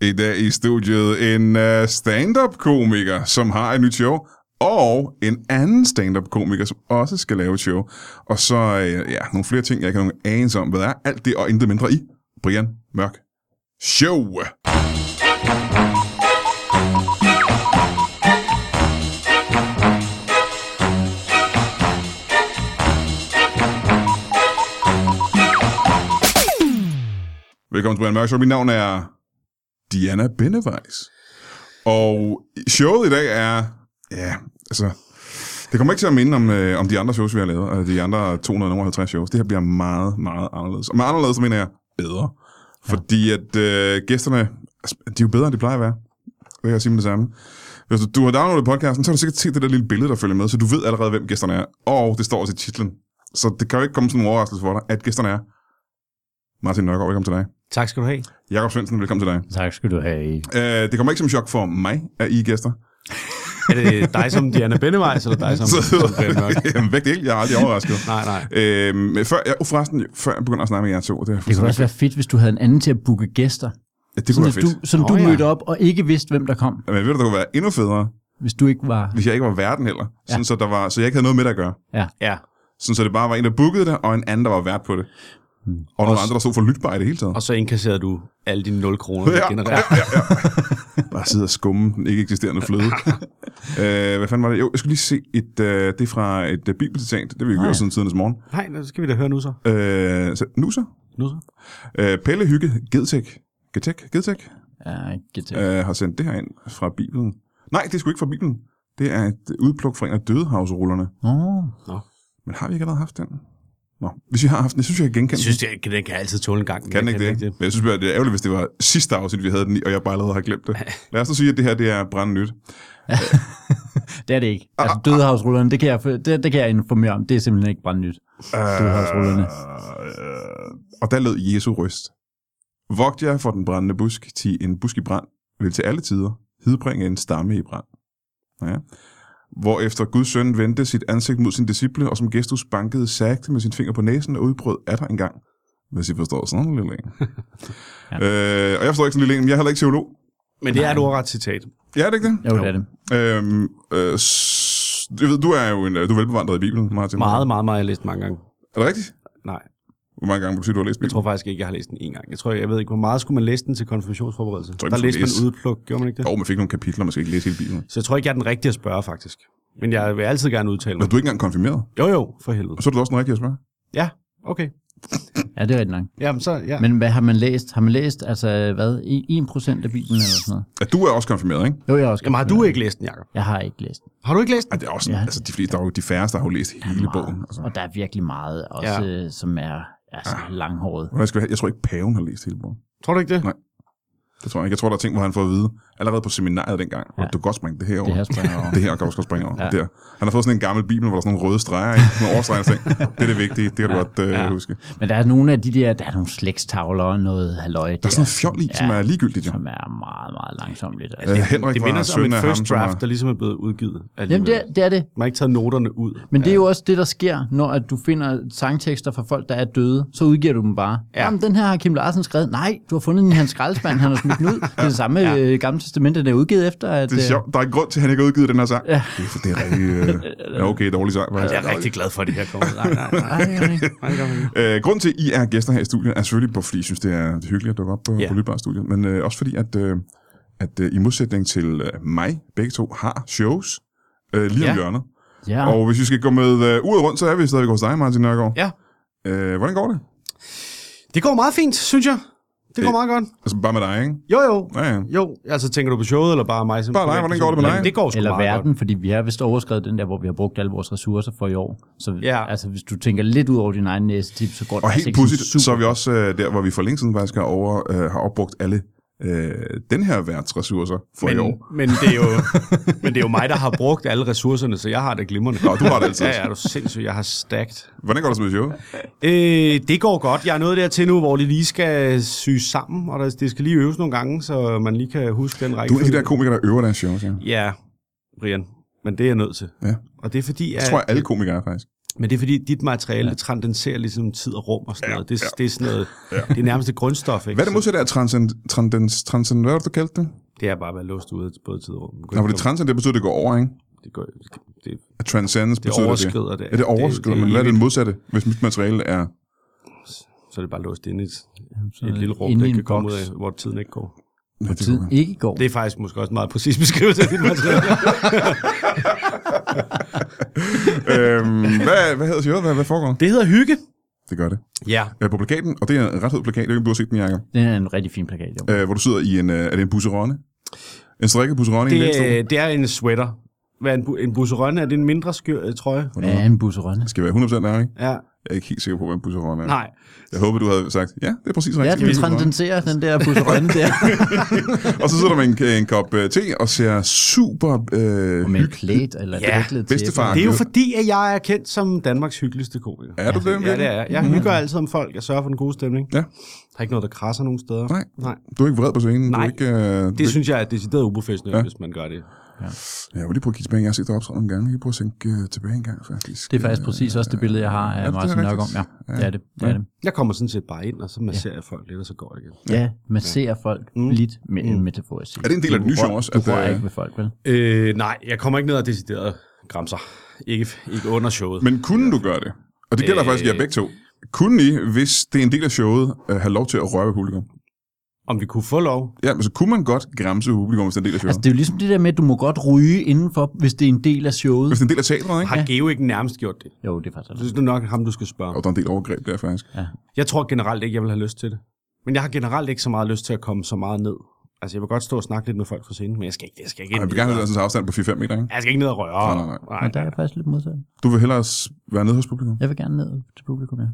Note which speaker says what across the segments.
Speaker 1: I dag i studiet en øh, stand-up-komiker, som har et nyt show, og en anden stand-up-komiker, som også skal lave et show. Og så øh, ja, nogle flere ting, jeg ikke har nogen anelse om, hvad er. Alt det og intet mindre i Brian Mørk Show. Velkommen til Brian Mørk Show. Mit navn er Diana Bennevejs. Og showet i dag er, ja, altså, det kommer ikke til at minde om, øh, om de andre shows, vi har lavet, og de andre 250 shows. Det her bliver meget, meget anderledes. Og med anderledes mener jeg bedre. Fordi at øh, gæsterne, altså, de er jo bedre, end de plejer at være. Det kan jeg sige med det samme. Hvis du, du har downloadet podcasten, så har du sikkert set det der lille billede, der følger med, så du ved allerede, hvem gæsterne er. Og det står også i titlen. Så det kan jo ikke komme som en overraskelse for dig, at gæsterne er Martin Nørgaard, velkommen til dig.
Speaker 2: Tak skal du have.
Speaker 1: Jakob Svendsen, velkommen til dig.
Speaker 3: Tak skal du have.
Speaker 1: Øh, det kommer ikke som chok for mig, at I er gæster.
Speaker 2: Er det dig som Diana Bennevejs, eller dig som, som Brian Mørk?
Speaker 1: Jamen, væk det hele. Jeg er aldrig overrasket.
Speaker 2: Nej, nej.
Speaker 1: Øh, men før, jeg, uh, forresten, før jeg begynder at snakke med jer to, det, er
Speaker 3: Det kunne
Speaker 1: fuldstændig-
Speaker 3: også være fedt, hvis du havde en anden til at booke gæster.
Speaker 1: ja, det kunne
Speaker 3: Sådan,
Speaker 1: være
Speaker 3: at
Speaker 1: fedt.
Speaker 3: du, sådan
Speaker 2: Nå,
Speaker 3: du
Speaker 2: ja.
Speaker 3: mødte op og ikke vidste, hvem der kom,
Speaker 1: Men ved du, der kunne være endnu federe,
Speaker 3: hvis du ikke var...
Speaker 1: hvis jeg ikke var verden heller. Sådan, så, der var, så jeg ikke havde noget med det at gøre.
Speaker 2: Ja,
Speaker 1: Sådan, så det bare var en, der bookede det, og en anden, der var vært på det.
Speaker 3: Hmm.
Speaker 1: Og nogle
Speaker 2: Også-
Speaker 1: andre, der stod for lytbar i det hele taget.
Speaker 2: og så inkasserede du alle dine 0 kroner, du
Speaker 1: Ja.
Speaker 2: genererer.
Speaker 1: Bare sidde og skumme den ikke eksisterende fløde. øh, hvad fanden var det? Jo, jeg skulle lige se et, øh, det er fra et øh, bibelcitat. Det har vi jo gjort siden tidernes morgen.
Speaker 2: Nej, nu skal vi da høre nu så.
Speaker 1: Øh, så, nu så.
Speaker 2: Nu så.
Speaker 1: Øh, Pelle Hygge Gedtæk. Gedtæk? Gedtæk?
Speaker 3: Ja, ikke til.
Speaker 1: øh, har sendt det her ind fra Bibelen. Nej, det er sgu ikke fra Bibelen. Det er et udpluk fra en af dødehavsrullerne.
Speaker 3: Åh,
Speaker 1: Men har vi ikke allerede haft den? Nå, hvis vi har haft den, jeg synes, jeg kan
Speaker 2: Jeg
Speaker 1: genkende
Speaker 2: synes, det, den kan altid tåle en gang.
Speaker 1: den. Kan den ikke det? Men jeg synes, bare, det er ærgerligt, hvis det var sidste afsnit, vi havde den i, og jeg bare allerede har glemt det. Lad os nu sige, at det her det er brandnyt.
Speaker 3: det er det ikke.
Speaker 1: Ah,
Speaker 3: Altså, dødehavsrullerne, det kan, jeg, det, det kan jeg informere om. Det er simpelthen ikke brandnyt. Dødehavsrullerne.
Speaker 1: Øh, og der lød Jesu røst. Vogt jer for den brændende busk, til en busk i brand, vil til alle tider hidbringe en stamme i brand. Ja. Hvorefter Guds søn vendte sit ansigt mod sin disciple, og som gestus bankede sagte med sin finger på næsen og udbrød er der engang. Hvis I forstår sådan en lille en. ja. øh, og jeg forstår ikke sådan en lille en, men jeg er heller ikke teolog.
Speaker 2: Men det er et ordret citat.
Speaker 1: Ja, er det ikke det?
Speaker 3: Jo, det er det.
Speaker 1: Øhm, øh, s- jeg ved, du er jo en, øh, du er velbevandret i Bibelen, Martin.
Speaker 2: Meget, meget, meget, jeg har læst den mange gange.
Speaker 1: Er det rigtigt?
Speaker 2: Nej,
Speaker 1: Hvor mange gange vil du sige, du har læst
Speaker 2: jeg
Speaker 1: Bibelen?
Speaker 2: tror faktisk ikke, jeg har læst den en gang. Jeg tror, jeg ved ikke, hvor meget skulle man læse den til konfirmationsforberedelse.
Speaker 1: tror ikke,
Speaker 2: Der
Speaker 1: man
Speaker 2: læste
Speaker 1: skulle
Speaker 2: man udpluk, gjorde man ikke det?
Speaker 1: Jo, man fik nogle kapitler, man skal ikke læse hele Bibelen.
Speaker 2: Så jeg tror ikke, jeg er den rigtige at spørge, faktisk. Men jeg vil altid gerne udtale
Speaker 1: Når
Speaker 2: mig.
Speaker 1: du er ikke engang konfirmeret,
Speaker 2: Jo, jo, for helvede.
Speaker 1: så er du også den rigtige at spørge.
Speaker 2: Ja, okay.
Speaker 3: Ja, det er rigtigt nok.
Speaker 2: Jamen så, ja.
Speaker 3: Men hvad har man læst? Har man læst, altså, hvad, 1% af Bibelen eller sådan noget?
Speaker 1: At du er også konfirmeret, ikke?
Speaker 3: Jo, jeg har også
Speaker 2: Jamen har du ikke læst den, Jacob?
Speaker 3: Jeg har ikke læst den.
Speaker 2: Har du ikke læst
Speaker 1: Ej,
Speaker 2: den?
Speaker 1: det er også, ja.
Speaker 3: Ja.
Speaker 1: altså, de, fleste, der er jo, de færreste har jo læst hele bogen. Altså.
Speaker 3: Og der er virkelig meget også, ja. som er altså,
Speaker 1: Ah.
Speaker 3: langhåret.
Speaker 1: Hvordan skal vi have- Jeg tror ikke, paven har læst hele bogen.
Speaker 2: Tror du ikke det?
Speaker 1: Nej. Det tror jeg ikke. Jeg tror, der er ting, hvor han får at vide, allerede på seminariet dengang, ja. du kan godt springe det her over.
Speaker 3: Det her springer over.
Speaker 1: det her kan også godt springe over. Ja. Der. Han har fået sådan en gammel bibel, hvor der er sådan nogle røde streger, ikke? Sådan nogle overstreger ting. Det er det vigtige, det kan du ja. godt øh, ja. huske.
Speaker 3: Men der er nogle af de der, der er nogle slægstavler og noget halløj.
Speaker 1: Der er sådan noget fjol i, ja. som er ligegyldigt, jo.
Speaker 3: som er meget, meget langsomt lidt.
Speaker 1: Øh, Henrik
Speaker 2: Det
Speaker 1: var
Speaker 2: minder sig om
Speaker 1: søn
Speaker 2: en
Speaker 1: af
Speaker 2: first
Speaker 1: ham, som
Speaker 2: draft,
Speaker 1: var-
Speaker 2: der ligesom er blevet udgivet.
Speaker 3: Jamen,
Speaker 2: alligevel.
Speaker 3: det er, det er det.
Speaker 2: Man har ikke taget noterne ud.
Speaker 3: Men det er jo også det, der sker, når at du finder sangtekster fra folk, der er døde. Så udgiver du dem bare. Ja. Jamen, den her har Kim Larsen skrevet. Nej, du har fundet den i hans skraldespand, han har smidt den ud. Det er det samme ja. øh, gamle testamente, den er udgivet efter. At,
Speaker 1: Det er
Speaker 3: øh,
Speaker 1: sjovt. Der er en grund til, at han ikke har udgivet den her sang. Ja. Det er, for det er rigtig... Øh, ja, okay, dårlig sang. faktisk.
Speaker 2: Jeg er rigtig glad for, at det her kommer. Nej, nej, nej.
Speaker 3: Ej, det er det ikke.
Speaker 2: Nej, det gør man ikke.
Speaker 1: Øh, grund til, at I er gæster her i studiet, er selvfølgelig, på, fordi I synes, det er hyggeligt at dukke op på,
Speaker 2: Ja.
Speaker 1: yeah. på Lydbar Studiet, men øh, også fordi, at, øh, at øh, i modsætning til øh, mig, begge to har shows øh, lige om
Speaker 2: Ja.
Speaker 1: hjørnet.
Speaker 3: ja.
Speaker 1: Og hvis vi skal gå med øh, uret rundt, så er vi stadigvæk hos dig, Martin Nørgaard.
Speaker 2: Ja.
Speaker 1: Øh, hvordan går det?
Speaker 2: Det går meget fint, synes jeg. Det går
Speaker 1: Øh.
Speaker 2: meget godt.
Speaker 1: Altså bare med dig, ikke?
Speaker 2: Jo, jo.
Speaker 1: Ja, ja.
Speaker 2: Jo, altså tænker du på showet, eller bare mig som
Speaker 1: Bare dig,
Speaker 2: privatperson?
Speaker 1: hvordan går det med dig?
Speaker 2: Jamen, Det går sgu
Speaker 3: Eller
Speaker 2: meget
Speaker 3: verden,
Speaker 2: godt.
Speaker 3: godt. fordi vi har vist overskrevet den der, hvor vi har brugt alle vores ressourcer for i år. Så
Speaker 2: Ja.
Speaker 3: ja. altså, hvis du tænker lidt ud over din egen næste tip, så går det
Speaker 1: Og
Speaker 3: altså
Speaker 1: helt
Speaker 3: ikke
Speaker 1: pudsigt,
Speaker 3: sådan
Speaker 1: så er vi også øh, der, hvor vi for længe siden faktisk har, over, øh, har opbrugt alle øh, den her værts ressourcer for i år.
Speaker 2: Men, men, det er jo, men det er jo mig, der har brugt alle ressourcerne, så jeg har det glimrende.
Speaker 1: Nå, du har det altid.
Speaker 2: Ja, ja, er du sindssyg. Jeg har stacked.
Speaker 1: Hvordan går det så med showet?
Speaker 2: Øh, det går godt. Jeg er nået dertil nu, hvor det lige skal syes sammen, og der, det skal lige øves nogle gange, så man lige kan huske den række.
Speaker 1: Du er en af de der komikere, der øver deres shows, ja.
Speaker 2: Ja, Brian. Men det er jeg nødt til.
Speaker 1: Ja.
Speaker 2: Og det er fordi, at...
Speaker 1: Det tror jeg, alle komikere er, faktisk.
Speaker 2: Men det er fordi, dit materiale ja. transcenderer ligesom tid og rum og sådan
Speaker 1: Ja,
Speaker 2: noget. Det,
Speaker 1: ja.
Speaker 2: ja. det er sådan noget, ja. det er nærmest et grundstof, ikke?
Speaker 1: Hvad er det modsatte af transcend, transcend, transcend, hvad var det, du kaldte det?
Speaker 2: Så Det er bare at være låst ude af både tid og rum. Man kan
Speaker 1: Nå, for
Speaker 2: ikke
Speaker 1: det transcend, det betyder, det går over, ikke?
Speaker 2: komme- det, går, det, det,
Speaker 1: At Transcendence
Speaker 2: det
Speaker 1: betyder det.
Speaker 2: overskrider det.
Speaker 1: Ja, det overskrider, men hvad er det modsatte, hvis mit materiale er...
Speaker 2: Så er det bare låst inde i et,
Speaker 3: Så
Speaker 2: i et lille rum,
Speaker 3: inde
Speaker 2: der
Speaker 3: i
Speaker 2: ikke
Speaker 3: en
Speaker 2: kan komme ud
Speaker 3: boks.
Speaker 2: af, hvor tiden ikke går.
Speaker 1: Ja, det
Speaker 3: Tid
Speaker 1: kunne være.
Speaker 3: ikke går.
Speaker 2: Det er faktisk måske også en meget præcis beskrivelse af dit materiale.
Speaker 1: øhm, hvad, hvad hedder showet? Hvad, hvad foregår?
Speaker 2: det hedder hygge.
Speaker 1: Det gør det.
Speaker 2: Ja.
Speaker 1: Øh, på plakaten, og det er en ret fed plakat, jeg kan du har set den, Jacob,
Speaker 3: Den er en rigtig fin plakat, jo.
Speaker 1: øh, hvor du sidder i en... Øh, er det en busseronne? En strikket busseronne i en
Speaker 2: Det,
Speaker 1: lænestol?
Speaker 2: er- det er en sweater. Hvad er en, bu- en busserønne? Er det en mindre skør, øh, trøje?
Speaker 3: Ja, en busserønne.
Speaker 1: Det skal være 100% ærlig.
Speaker 2: Ja.
Speaker 1: Jeg er ikke helt sikker på, hvad en busseronne er.
Speaker 2: Nej.
Speaker 1: Jeg håber, du havde sagt, ja, det er præcis
Speaker 3: Ja,
Speaker 1: rigtigt.
Speaker 3: den
Speaker 1: det er en busserønne."
Speaker 3: transcenderer den der busserønne der.
Speaker 1: og så sidder der med en, en kop øh, te og ser super øh,
Speaker 3: Med en
Speaker 1: hyggelig.
Speaker 3: klædt eller
Speaker 2: Ja,
Speaker 3: ja, til.
Speaker 1: bedstefar.
Speaker 2: Det er jo fordi, at jeg er kendt som Danmarks hyggeligste komiker.
Speaker 1: Er du det?
Speaker 2: Ja,
Speaker 1: virkelig?
Speaker 2: det Mm. er jeg. Jeg hygger altid om folk. Jeg sørger for den gode stemning.
Speaker 1: Ja.
Speaker 2: Der er ikke noget, der krasser nogen steder.
Speaker 1: Nej.
Speaker 2: Nej.
Speaker 1: Du er ikke vred på scenen? Du er
Speaker 2: Nej.
Speaker 1: ikke, øh, du
Speaker 2: Det
Speaker 1: er
Speaker 2: synes jeg er decideret uprofessionelt,
Speaker 1: Ja.
Speaker 2: ja. hvis man gør det.
Speaker 1: ikke, jeg vil lige prøve at kigge tilbage. Jeg har set dig optræde nogle gange. Jeg kan prøve at sænke øh, tilbage en gang, faktisk.
Speaker 3: Det er faktisk præcis også det billede, jeg har
Speaker 1: Ja,
Speaker 3: af
Speaker 1: det er
Speaker 3: Martin
Speaker 1: rigtigt.
Speaker 3: Nørgaard. Ja, det er det. det, er det.
Speaker 2: Jeg kommer sådan set bare ind, og så masserer jeg folk lidt, og så går jeg igen.
Speaker 3: Ja, man ser folk mm. lidt med en metaforisk.
Speaker 1: Er det en del af det nye show også?
Speaker 3: Du
Speaker 1: at,
Speaker 3: rører
Speaker 1: øh,
Speaker 3: ikke ved folk, vel?
Speaker 2: Øh, nej, jeg kommer ikke ned og decideret græmser. Ikke, ikke under showet.
Speaker 1: øh, Men kunne du gøre det? Og det gælder øh...
Speaker 2: Øh.
Speaker 1: faktisk jer begge to. Kunne I, hvis det er en del af showet, øh, have lov til at røre ved publikum?
Speaker 2: Om vi kunne få lov,
Speaker 1: Ja, men så kunne man godt græmse publikum, hvis det er en del af showet.
Speaker 3: Altså, det er jo ligesom det der med, at du må godt ryge indenfor, hvis det er en del af showet.
Speaker 1: Hvis det er en del af teatret, ikke?
Speaker 2: Har ja. Geo ikke nærmest gjort det?
Speaker 3: Jo, det er faktisk
Speaker 2: Så
Speaker 3: rigtigt.
Speaker 2: det er nok ham, du skal spørge.
Speaker 1: Og der er en del overgreb der, faktisk.
Speaker 2: Jeg tror generelt ikke, jeg vil have lyst til det. Men jeg har generelt ikke så meget lyst til at komme så meget ned. Altså, jeg vil godt stå og snakke lidt med folk fra scenen, men jeg skal ikke, jeg skal ikke,
Speaker 1: Ej, jeg
Speaker 2: ind,
Speaker 1: vil gerne have sådan en afstand på 4-5 meter, ikke?
Speaker 2: jeg skal ikke ned og røre.
Speaker 1: Nej, nej, nej.
Speaker 3: Men der er jeg faktisk lidt modsat.
Speaker 1: Du vil hellere s- være nede hos publikum?
Speaker 3: Jeg vil gerne ned til publikum, ja.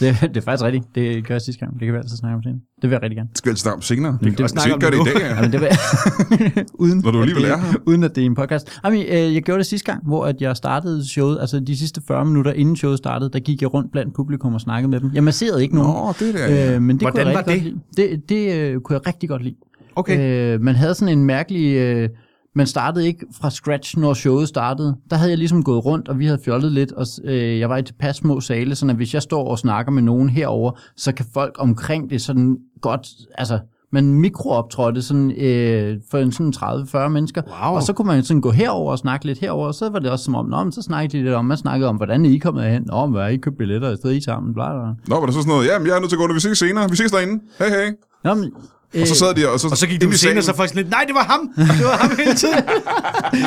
Speaker 3: Det, det er faktisk rigtigt. Det gør jeg sidste gang. Det kan vi altid snakke om senere. Det vil jeg rigtig gerne.
Speaker 1: Det skal vi altid snakke om senere. Det
Speaker 2: kan vi snakke om
Speaker 1: gør det
Speaker 2: nu.
Speaker 1: i dag, ja.
Speaker 3: Jamen, det vil jeg. uden,
Speaker 1: Når du
Speaker 3: at
Speaker 1: alligevel
Speaker 3: det,
Speaker 1: er her.
Speaker 3: Uden at det er en podcast. Jamen, øh, jeg gjorde det sidste gang, hvor at jeg startede showet. Altså de sidste 40 minutter inden showet startede, der gik jeg rundt blandt publikum og snakkede med dem. Jeg masserede ikke nogen.
Speaker 1: Nå, det der. ja.
Speaker 3: Øh, men det
Speaker 2: Hvordan
Speaker 3: kunne jeg
Speaker 2: var
Speaker 3: rigtig Godt lide. Det, det øh, kunne jeg rigtig godt lide.
Speaker 2: Okay.
Speaker 3: Øh, man havde sådan en mærkelig... Øh, man startede ikke fra scratch, når showet startede. Der havde jeg ligesom gået rundt, og vi havde fjollet lidt, og øh, jeg var i tilpas små sale, sådan at hvis jeg står og snakker med nogen herover, så kan folk omkring det sådan godt... Altså, man mikrooptrådte sådan, øh, for en sådan 30-40 mennesker,
Speaker 2: Wow.
Speaker 3: og så kunne man jo sådan gå herover og snakke lidt herover, og så var det også som om, nå, men så snakkede de lidt om, man snakkede om, hvordan er I kommet hen, om, hvad har I købt billetter, i stedet I sammen, bla, bla. bla.
Speaker 1: Nå, var der så sådan noget, jamen jeg er nødt til at gå nu, vi ses senere, vi ses derinde, hey hey.
Speaker 3: Nå, men, øh,
Speaker 1: Og så sad de og så,
Speaker 2: Og så gik du
Speaker 1: ind i
Speaker 2: senere, så
Speaker 1: salen.
Speaker 2: faktisk lidt, nej, det var ham! Det var ham hele tiden!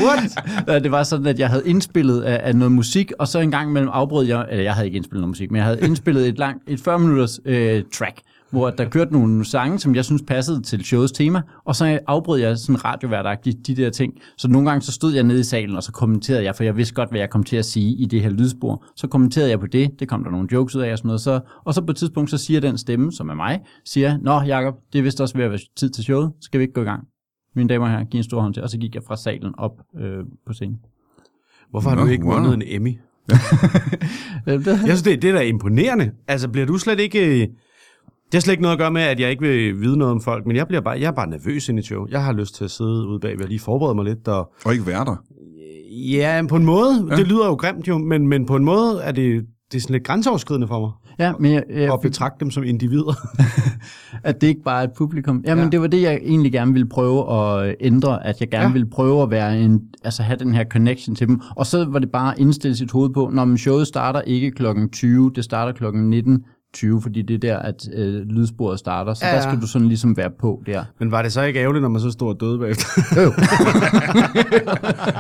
Speaker 2: What?
Speaker 3: Ja, det var sådan, at jeg havde indspillet af, af noget musik, og så en gang imellem afbrød jeg, eller jeg havde ikke indspillet noget musik, men jeg havde indspillet et, langt, et 40 minutters øh, track, hvor der kørte nogle sange, som jeg synes passede til showets tema, og så afbrød jeg sådan radioværdagtigt de der ting. Så nogle gange så stod jeg nede i salen, og så kommenterede jeg, for jeg vidste godt, hvad jeg kom til at sige i det her lydspor. Så kommenterede jeg på det, det kom der nogle jokes ud af og sådan noget. Så, og så på et tidspunkt, så siger den stemme, som er mig, siger, Nå Jacob, det er vist også ved at være tid til showet, skal vi ikke gå i gang? Mine damer og herrer, giv en stor hånd til. Og så gik jeg fra salen op øh, på scenen.
Speaker 2: Hvorfor har
Speaker 1: Nå,
Speaker 2: du ikke
Speaker 1: wow.
Speaker 2: vundet en Emmy?
Speaker 3: Øh, det-
Speaker 2: Jeg synes, det, er- det er da imponerende. Altså, bliver du slet ikke... øh, Det har slet ikke noget at gøre med, at jeg ikke vil vide noget om folk, men jeg, bliver bare, jeg er bare nervøs ind i et show. Jeg har lyst til at sidde ude bagved og lige forberede mig lidt, og
Speaker 1: Og ikke være der.
Speaker 2: Ja, men på en måde. Ja. Det lyder jo grimt jo, men, men på en måde er det, det er sådan lidt grænseoverskridende for mig
Speaker 3: ja, men jeg, jeg,
Speaker 2: at betragte dem som individer.
Speaker 3: at det ikke bare er et publikum. Jamen,
Speaker 2: Ja.
Speaker 3: ja. det var det, jeg egentlig gerne ville prøve at øh, ændre, at jeg gerne
Speaker 2: Ja.
Speaker 3: ja. ville prøve at være en, altså have den her connection til dem. Og så var det bare at indstille sit hoved på, når showet starter ikke klokken 20, det starter klokken 19. 20, fordi det er der, at øh, lydsporet starter, så
Speaker 2: Ja,
Speaker 3: ja,
Speaker 2: ja.
Speaker 3: der skal du sådan ligesom være på der.
Speaker 2: men var det så ikke ærgerligt, når man så stod og døde bagefter?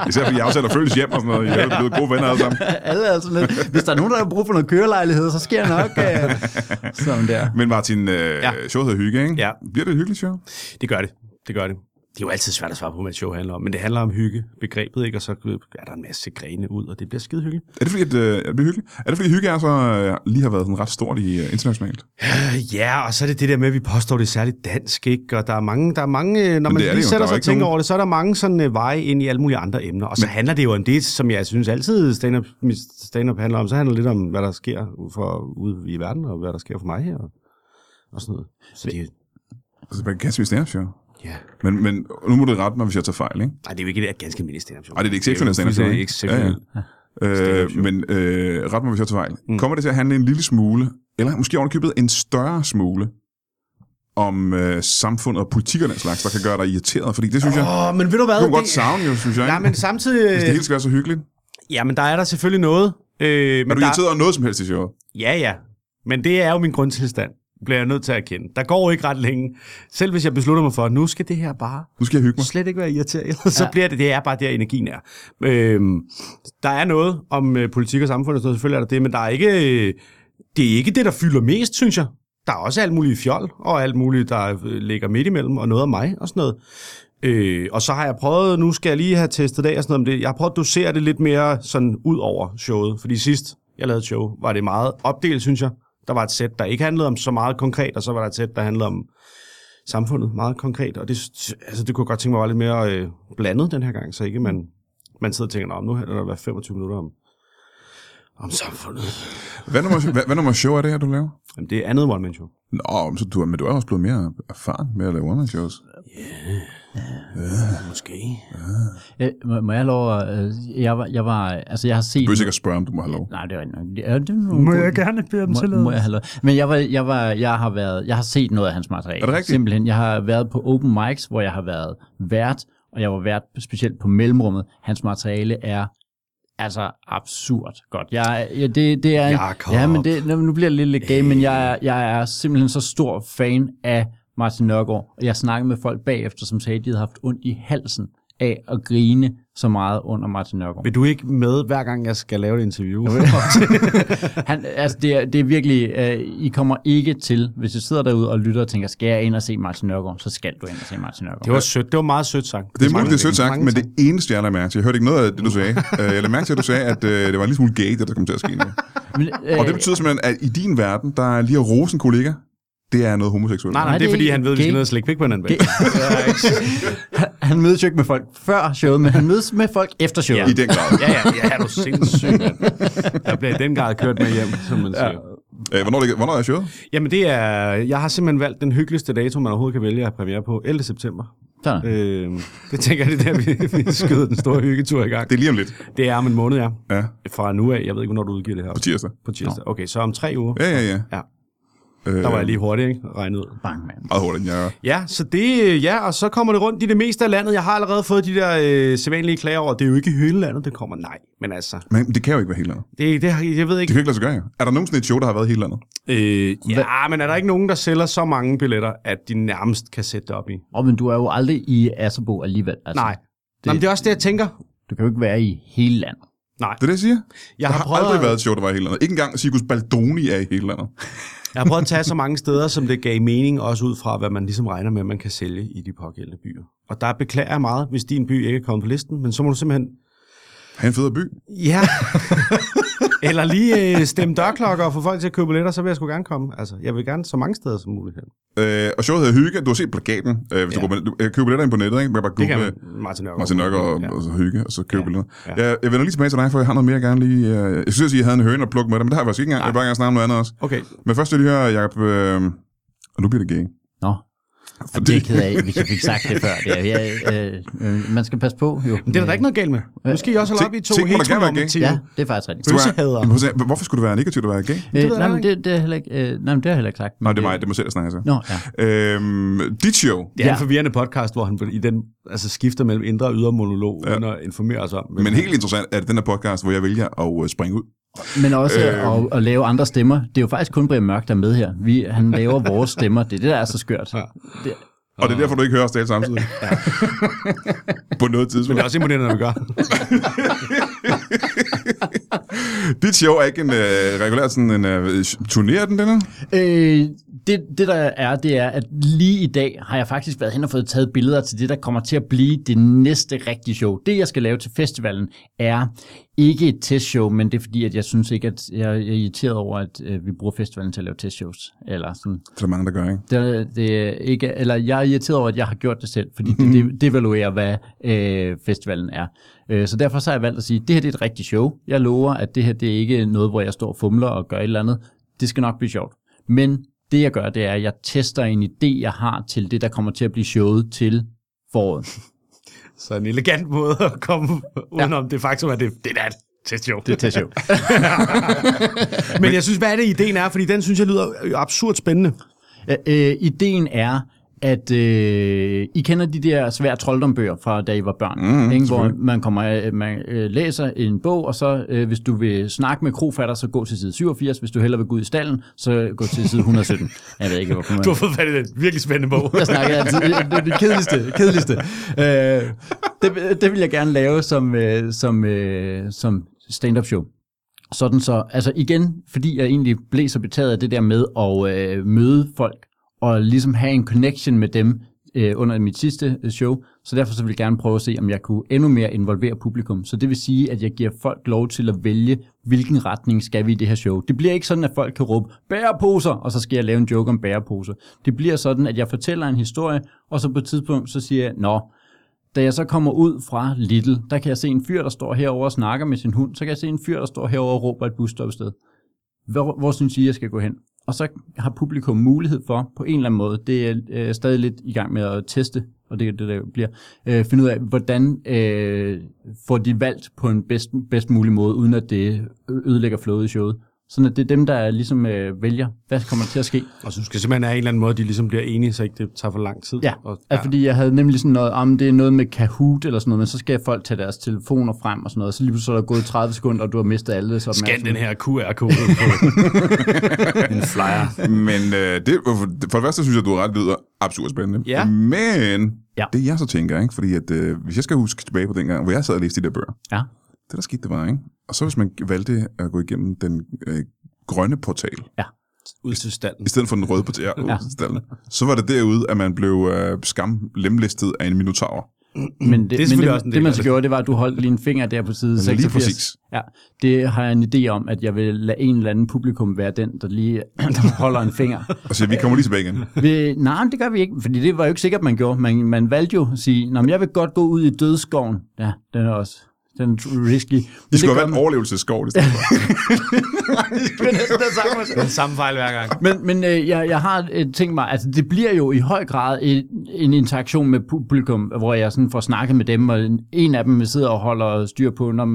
Speaker 1: Især fordi jeg afsætter føles hjem og sådan noget. Jeg er blevet gode venner alle sammen.
Speaker 3: Alle er sådan lidt, hvis der er nogen, der har brug for noget kørelejlighed, så sker nok øh, sådan der.
Speaker 1: Men Martin, øh, ja.
Speaker 2: Ja.
Speaker 1: showet hedder Hygge, ikke?
Speaker 2: Ja.
Speaker 1: Bliver det et hyggeligt show?
Speaker 2: det gør det. Det gør det. Det er jo altid svært at svare på, hvad et show handler om, men det handler om hygge, begrebet, ikke? og så er der en masse grene ud, og det bliver skide hyggeligt.
Speaker 1: Er det fordi, at, øh, det bliver hyggeligt? Er det fordi Hygge er så øh, lige har været sådan ret stort i øh, internationalt?
Speaker 2: Øh, Ja, og så er det det der med, at vi påstår, det er særligt dansk, ikke? og der er mange, der er mange øh, når man
Speaker 1: det er det jo.
Speaker 2: lige
Speaker 1: Der
Speaker 2: sætter
Speaker 1: er
Speaker 2: sig og
Speaker 1: ikke
Speaker 2: tænker
Speaker 1: nogen-
Speaker 2: over det, så er der mange sådan øh, veje ind i alle mulige andre emner, og så men... handler det jo om det, som jeg synes altid stand-up, mit stand-up handler om, så handler det lidt om, hvad der sker for, ude i verden, og hvad der sker for mig her, og, og sådan noget. Så det,
Speaker 1: Altså, man kan sige, show.
Speaker 2: ja.
Speaker 1: Men, men nu må du rette mig, hvis jeg tager fejl, ikke?
Speaker 2: Ej, det er jo ikke et ganske almindeligt stand-up show.
Speaker 1: Ej, det er et exceptionelt stand-up show,
Speaker 2: Det er
Speaker 1: ikke?
Speaker 2: exceptionelt. Ja, ja.
Speaker 1: Øh, men øh, ret mig, hvis jeg tager fejl. Mm. Kommer det til at handle en lille smule, eller måske ovenikøbet en større smule, om øh, samfundet og politik og den slags, der kan gøre dig irriteret? Fordi det synes jeg,
Speaker 2: Åh, men ved du hvad?
Speaker 1: det kunne godt savne jo, synes jeg.
Speaker 2: Nej,
Speaker 1: ikke?
Speaker 2: men øh, samtidig...
Speaker 1: Hvis det hele skal være så hyggeligt.
Speaker 2: Jamen, der er der selvfølgelig noget. Øh,
Speaker 1: Er
Speaker 2: men
Speaker 1: du
Speaker 2: der,
Speaker 1: irriteret over noget som helst i showet?
Speaker 2: Ja, ja. Men det er jo min grundtilstand, bliver jeg nødt til at erkende. Der går ikke ret længe. Selv hvis jeg beslutter mig for, at nu skal det her bare
Speaker 1: Nu skal jeg hygge mig.
Speaker 2: slet ikke være irriteret, ja. så bliver det, det er bare der energien er. Øhm, der er noget om øh, politik og samfund og sådan noget, selvfølgelig er der det, men der er ikke, øh, det er ikke det, der fylder mest, synes jeg. Der er også alt muligt fjol, og alt muligt, der øh, ligger midt imellem, og noget af mig og sådan noget. Øh, og så har jeg prøvet, nu skal jeg lige have testet af og sådan noget, om det. jeg har prøvet at dosere det lidt mere sådan ud over showet, fordi sidst jeg lavede et show, var det meget opdelt, synes jeg. Der var et sæt, der ikke handlede om så meget konkret, og så var der et sæt, der handlede om samfundet meget konkret, og det, altså, det kunne jeg godt tænke mig var lidt mere øh, blandet den her gang, så ikke man, man sidder og tænker, "Nå, nu handler der været 25 minutter om, om samfundet.
Speaker 1: Hvad nummer, hvad, hvad nummer show er det her, du laver?
Speaker 2: Jamen, det er andet one man show.
Speaker 1: Nå, men så du, er- men du er også blevet mere erfaren med at lave one shows.
Speaker 2: Måske.
Speaker 3: Øh, må, må jeg have lov at, øh, jeg, var, jeg var, altså jeg har set...
Speaker 1: Du vil sikkert spørge, om du må have lov.
Speaker 3: Nej, det er ikke nok. Det er, det er nogle gode-
Speaker 2: gerne bede om
Speaker 3: må, må jeg have lov? Men jeg, var, jeg, var, jeg, har været, jeg har set noget af hans materiale.
Speaker 1: Er det rigtigt?
Speaker 3: Simpelthen. Jeg har været på open mics, hvor jeg har været vært, og jeg var vært specielt på mellemrummet. Hans materiale er altså absurd godt. Jeg, er- ja, det, det er,
Speaker 2: Jakob.
Speaker 3: Ja, men det, nå, men nu bliver det lidt lidt game, men jeg, er-
Speaker 1: Øh.
Speaker 3: jeg er simpelthen så stor fan af Martin Nørgaard, og jeg snakkede med folk bagefter, som sagde, at de havde haft ondt i halsen af at grine så meget under Martin Nørgaard.
Speaker 2: Vil du ikke med, hver gang jeg skal lave et interview?
Speaker 3: Han, altså det, er, det er virkelig, øh, I kommer ikke til, hvis du sidder derude og lytter og tænker, skal jeg ind og se Martin Nørgaard, så skal du ind og se Martin Nørgaard.
Speaker 2: det var sødt. Det var meget sødt sang.
Speaker 1: Det er mange, det er sødt sagt,
Speaker 2: Mange
Speaker 1: men det eneste, jeg lader mærke til, jeg hørte ikke noget af det, du sagde. Øh, Jeg lader mærke til, at du sagde, at øh, det var en lille smule gay, det der kom til at ske. nu.
Speaker 3: Men, øh,
Speaker 1: Og det betyder simpelthen, at i din verden, der er lige at rose en kollega, det er noget homoseksuelt.
Speaker 2: Nej, nej,
Speaker 3: Nej,
Speaker 2: det
Speaker 3: det
Speaker 2: er
Speaker 3: er
Speaker 2: fordi,
Speaker 3: ikke
Speaker 2: han ved, at vi skal
Speaker 3: gay.
Speaker 2: ned og slikke pik på hinanden. bag.
Speaker 3: han- han mødes jo ikke med folk før showet, men han mødes med folk efter showet.
Speaker 1: I den grad.
Speaker 2: Ja, ja, ja, er du sindssyg. mand. Jeg bliver i den grad kørt med hjem, som man siger.
Speaker 1: Øh, Hvornår, ligger- hvornår er showet?
Speaker 2: Jamen det er, jeg har simpelthen valgt den hyggeligste dato, man overhovedet kan vælge at have premiere på, 11. september.
Speaker 3: Sådan.
Speaker 2: Øh, det tænker jeg, det er der, vi, vi skyder den store hyggetur i gang.
Speaker 1: Det er lige om lidt.
Speaker 2: Det er om en måned, ja.
Speaker 1: Ja,
Speaker 2: Fra nu af, jeg ved ikke, hvornår du udgiver det her.
Speaker 1: på tirsdag.
Speaker 2: På tirsdag. Okay, så om tre uger.
Speaker 1: Ja, ja, ja.
Speaker 2: Ja.
Speaker 1: Øh,
Speaker 2: Der var jeg lige hurtig, ikke? Regnet ud.
Speaker 3: Bang, mand.
Speaker 1: Meget hurtigt, end jeg er.
Speaker 2: Ja, så det, øh, ja, og så kommer det rundt i det meste af landet. Jeg har allerede fået de der øh, sædvanlige klager over, det er jo ikke i hele landet, det kommer. Nej, men altså,
Speaker 1: Men det kan jo ikke være helt andet.
Speaker 2: det, det, har- jeg ved
Speaker 1: Det
Speaker 2: ikke.
Speaker 1: kan jo ikke lade sig gøre, jo. Er der nogensinde et show, der har været helt andet?
Speaker 2: Øh, ja, men er der ikke nogen, der sælger så mange billetter, at de nærmest kan sætte det op i?
Speaker 3: Og men du er jo aldrig i Asserbo alligevel. Altså,
Speaker 2: Nej. Det, Jamen, det er også det, jeg tænker.
Speaker 3: Du kan jo ikke være i hele landet.
Speaker 2: Nej.
Speaker 1: Det er det, jeg siger.
Speaker 2: Jeg
Speaker 1: Der
Speaker 2: har,
Speaker 1: har
Speaker 2: prøvet,
Speaker 1: aldrig været et show, der var helt andet. Ikke engang Sigus Baldoni er i hele landet.
Speaker 2: jeg har prøvet at tage så mange steder, som det gav mening, også ud fra, hvad man ligesom regner med, at man kan sælge i de pågældende byer. Og der beklager jeg meget, hvis din by ikke er kommet på listen, men så må du simpelthen...
Speaker 1: Han er en federe by.
Speaker 2: Ja. Eller lige øh, stemme dørklokker og få folk til at købe billetter, så vil jeg sgu gerne komme. Altså, jeg vil gerne så mange steder som muligt hen.
Speaker 1: Øh, og showet hedder Hygge. Du har set plakaten. Øh, hvis ja. du, går, du øh, køber billetter ind på nettet, ikke? Man kan bare
Speaker 2: Det
Speaker 1: google
Speaker 2: kan man. Martin Nørgaard.
Speaker 1: Martin Nørgaard og,
Speaker 2: Ja.
Speaker 1: og så Hygge, og så købe ja. billetter. Ja. Jeg, jeg vender lige tilbage til dig, for jeg har noget mere, jeg gerne lige... Øh, jeg synes, at jeg havde en høne at plukke med dig, men det har jeg faktisk ikke engang. Jeg vil bare gerne snakke om noget andet også.
Speaker 2: Okay.
Speaker 1: Men først vil jeg lige høre, Jacob... Øh, og nu bliver det gay.
Speaker 3: Nå, Fordi... det er jeg ked af, hvis jeg fik sagt det før. Det er, jeg, øh, øh, man skal passe på, jo.
Speaker 2: Men det er der da ikke noget galt med. Nu skal I også holde
Speaker 1: Tænk-
Speaker 2: op i to
Speaker 1: tænk, hvor der gerne var
Speaker 2: heteronormative.
Speaker 3: Ja, det er faktisk rigtigt.
Speaker 1: Du er-
Speaker 2: Bøssehader.
Speaker 1: Men prøv at se, Hvorfor skulle det være negativt at være gay?
Speaker 3: Øh,
Speaker 2: ved jeg
Speaker 3: nej,
Speaker 2: da
Speaker 3: men det, det, er heller ikke, øh, nej, men det har jeg heller ikke sagt.
Speaker 1: Nej, det er mig. Det må selv snakke så.
Speaker 3: Nå, ja.
Speaker 1: Øhm, dit show.
Speaker 2: Det er
Speaker 3: Ja.
Speaker 2: en forvirrende podcast, hvor han i den altså, skifter mellem indre og ydre monolog, ja. uden at informere os om. hvem
Speaker 1: Men
Speaker 2: han er.
Speaker 1: helt interessant er det den her podcast, hvor jeg vælger at øh, springe ud.
Speaker 3: Men også øh, at, at lave andre stemmer. Det er jo faktisk kun Brian Mørk, der er med her. Vi, han laver vores stemmer. Det er det, der er så skørt. Ja. Det,
Speaker 1: Og det er derfor, du ikke hører os tale samtidig. På noget tidspunkt.
Speaker 2: Men det er også imponerende, når vi gør.
Speaker 1: Dit show er ikke en øh, regulær sådan en øh, turné, er den den her?
Speaker 3: øh, det, det, der er, det er, at lige i dag har jeg faktisk været hen og fået taget billeder til det, der kommer til at blive det næste rigtige show. Det, jeg skal lave til festivalen, er ikke et testshow, men det er fordi, at jeg synes ikke, at jeg er irriteret over, at øh, vi bruger festivalen til at lave testshows. Eller sådan.
Speaker 1: Det er der mange, der gør, ikke?
Speaker 3: Det, det er ikke, eller jeg er irriteret over, at jeg har gjort det selv, fordi det, det devaluerer, hvad øh, festivalen er. Øh, så derfor så har jeg valgt at sige, det her det er et rigtigt show. Jeg lover, at det her det er ikke noget, hvor jeg står og fumler og gør et eller andet. Det skal nok blive sjovt. Men det jeg gør, det er, at jeg tester en idé, jeg har til det, der kommer til at blive showet til foråret.
Speaker 2: Så en elegant måde at komme udenom det faktum, at det, det er et testshow.
Speaker 3: Det er testshow.
Speaker 2: Men jeg synes, hvad er det, ideen er? Fordi den synes jeg lyder øh, absurd spændende.
Speaker 3: Øh, øh, ideen er, at øh, I kender de der svære trolddombøger fra da I var børn, mm, ikke? hvor man, kommer, øh, man øh, læser en bog, og så øh, hvis du vil snakke med krofatter, så gå til side 87, hvis du hellere vil gå ud i stallen, så gå til side 117. Jeg ved ikke, hvorfor man...
Speaker 2: Du har fået fat i den virkelig spændende bog.
Speaker 3: Jeg snakker altid. Det er det kedeligste. kedeligste. Øh, det, det vil jeg gerne lave som, øh, som, øh, som stand-up show. Sådan så, altså igen, fordi jeg egentlig blev så betaget af det der med at øh, møde folk, og ligesom have en connection med dem øh, under mit sidste øh, show, så derfor så vil jeg gerne prøve at se, om jeg kunne endnu mere involvere publikum. Så det vil sige, at jeg giver folk lov til at vælge, hvilken retning skal vi i det her show. Det bliver ikke sådan, at folk kan råbe, bæreposer, og så skal jeg lave en joke om bæreposer. Det bliver sådan, at jeg fortæller en historie, og så på et tidspunkt, så siger jeg, nå, da jeg så kommer ud fra Little, der kan jeg se en fyr, der står herover og snakker med sin hund. Så kan jeg se en fyr, der står herover og råber et busstoppested. Hvor, hvor synes I, jeg skal gå hen? Og så har publikum mulighed for, på en eller anden måde, det er øh, stadig lidt i gang med at teste, og det er det, der bliver, øh, finde ud af, hvordan øh, får de valgt på en bedst, bedst mulig måde, uden at det ødelægger flowet i showet. Sådan at det er dem, der ligesom øh, vælger, hvad kommer der til at ske.
Speaker 2: Og så skal simpelthen have en eller anden måde, de ligesom bliver enige, så ikke det tager for lang tid.
Speaker 3: Ja,
Speaker 2: og,
Speaker 3: ja. fordi jeg havde nemlig sådan noget, om det er noget med Kahoot eller sådan noget, men så skal folk tage deres telefoner frem og sådan noget, så lige pludselig er der gået 30 sekunder, og du har mistet alle så
Speaker 2: Scan den her QR-kode på en flyer.
Speaker 1: Men øh, det, for det første synes jeg, du har ret, det lyder absurd spændende.
Speaker 3: Ja.
Speaker 1: Men
Speaker 3: Ja.
Speaker 1: det jeg så tænker, ikke? fordi at, øh, hvis jeg skal huske tilbage på dengang, hvor jeg sad og læste de der bøger,
Speaker 3: Ja.
Speaker 2: Mm,
Speaker 1: det der skete, det var, ikke? Og så hvis man valgte at gå igennem den øh, grønne portal,
Speaker 2: Ud til standen.
Speaker 1: i stedet for den røde portal,
Speaker 3: Ja.
Speaker 1: ja. så var det derude, at man blev øh, skamlemlæstet af en minotaur.
Speaker 3: Men det,
Speaker 2: Det er
Speaker 3: men
Speaker 2: selvfølgelig
Speaker 3: det,
Speaker 2: også en del
Speaker 3: det man
Speaker 2: af
Speaker 3: så
Speaker 2: det. Altså
Speaker 3: gjorde, det var, at du holdt lige en finger der på side
Speaker 1: lige
Speaker 3: 86.
Speaker 1: præcis.
Speaker 3: Ja, det har jeg en idé om, at jeg vil lade en eller anden publikum være den, der lige der holder en finger.
Speaker 1: Og så vi kommer lige tilbage igen.
Speaker 3: Vi, nej, men det gør vi ikke, fordi det var jo ikke sikkert, man gjorde. Man, man valgte jo at sige, Nå, men jeg vil godt gå ud i dødskoven. Ja, den er også den er risky. Men
Speaker 1: I skulle
Speaker 3: det
Speaker 1: have
Speaker 3: gør
Speaker 1: valgt en overlevelsesskov i stedet for.
Speaker 2: Den samme fejl hver gang.
Speaker 3: Men, men øh, jeg, jeg har øh, tænkt mig, altså det bliver jo i høj grad en, en interaktion med publikum, hvor jeg sådan får snakket med dem, og en- en af dem sidder og holder styr på, når,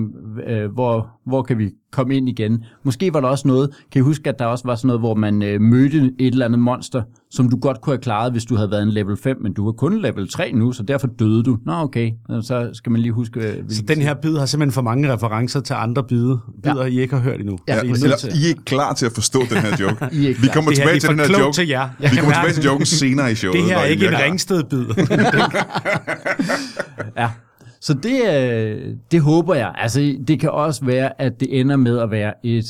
Speaker 3: øh, hvor, hvor kan vi komme ind igen. Måske var der også noget, kan I huske, at der også var sådan noget, hvor man øh, mødte et eller andet monster, som du godt kunne have klaret, hvis du havde været en level 5, men du var kun level 3 nu, så derfor døde du. Nå okay, så skal man lige huske... Øh,
Speaker 2: Så
Speaker 3: hvilken-
Speaker 2: den her bid har simpelthen for mange referencer til andre bide, bider, ja. I ikke har hørt endnu.
Speaker 3: Ja,
Speaker 2: Så I er nødt
Speaker 1: Eller,
Speaker 2: til-
Speaker 1: I er ikke klar til at forstå den her joke.
Speaker 3: I er ikke
Speaker 1: vi
Speaker 3: klar.
Speaker 1: kommer
Speaker 2: Det her, I
Speaker 1: tilbage
Speaker 2: er
Speaker 1: til
Speaker 2: for
Speaker 1: den her
Speaker 2: klog
Speaker 1: joke.
Speaker 2: til jer. Jeg
Speaker 1: Vi
Speaker 2: kan
Speaker 1: kommer
Speaker 2: mærke
Speaker 1: tilbage til
Speaker 2: det.
Speaker 1: joken senere i showet.
Speaker 2: det her
Speaker 1: når
Speaker 2: er
Speaker 1: I
Speaker 2: ikke en
Speaker 1: klar.
Speaker 2: ringsted-bid.
Speaker 3: Ja, så det, øh, det håber jeg. Altså, det kan også være, at det ender med at være et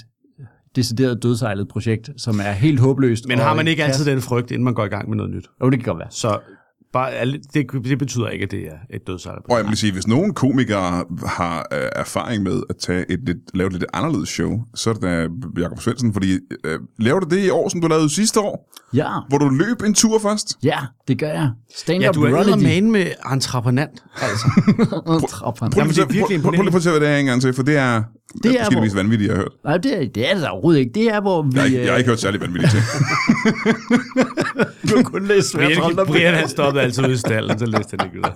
Speaker 3: decideret dødsejlet projekt, som er helt håbløst.
Speaker 2: Men
Speaker 3: og
Speaker 2: har man ikke
Speaker 3: kan-
Speaker 2: altid den frygt, inden man går i gang med noget nyt?
Speaker 3: Jo, det kan godt være.
Speaker 2: Så bare, alle- det, det betyder ikke, at det er et dødsejler.
Speaker 1: Og jeg vil sige, hvis nogen komikere har øh, erfaring med at tage et lidt, lave et lidt anderledes show, så er det da Jakob Svendsen, fordi øh, laver du det i år, som du lavede sidste år,
Speaker 3: Ja,
Speaker 1: hvor du løb en tur først?
Speaker 3: ja, det gør jeg. Stand
Speaker 2: Ja,
Speaker 3: up
Speaker 2: du er
Speaker 3: Ronny.
Speaker 2: eddermane med entreprenant, altså.
Speaker 3: Trapper.
Speaker 1: Prøv
Speaker 2: Jamen, det
Speaker 1: lige
Speaker 2: er
Speaker 1: at
Speaker 2: virkelig
Speaker 1: prøv- prøv- prøv lige at fortælle, hvad det er en gang til, for det er
Speaker 3: Det
Speaker 1: det
Speaker 3: er,
Speaker 1: er måske det mest
Speaker 3: hvor-
Speaker 1: vanvittige, jeg har hørt.
Speaker 3: Nej, det, er- det er det overhovedet ikke. Det er, hvor vi...
Speaker 1: Jeg har ikke, jeg har ikke hørt særlig vanvittige ting.
Speaker 3: hørt kun læst
Speaker 2: Brian, Brian han stoppede altid ud i stallen, så læste han ikke videre.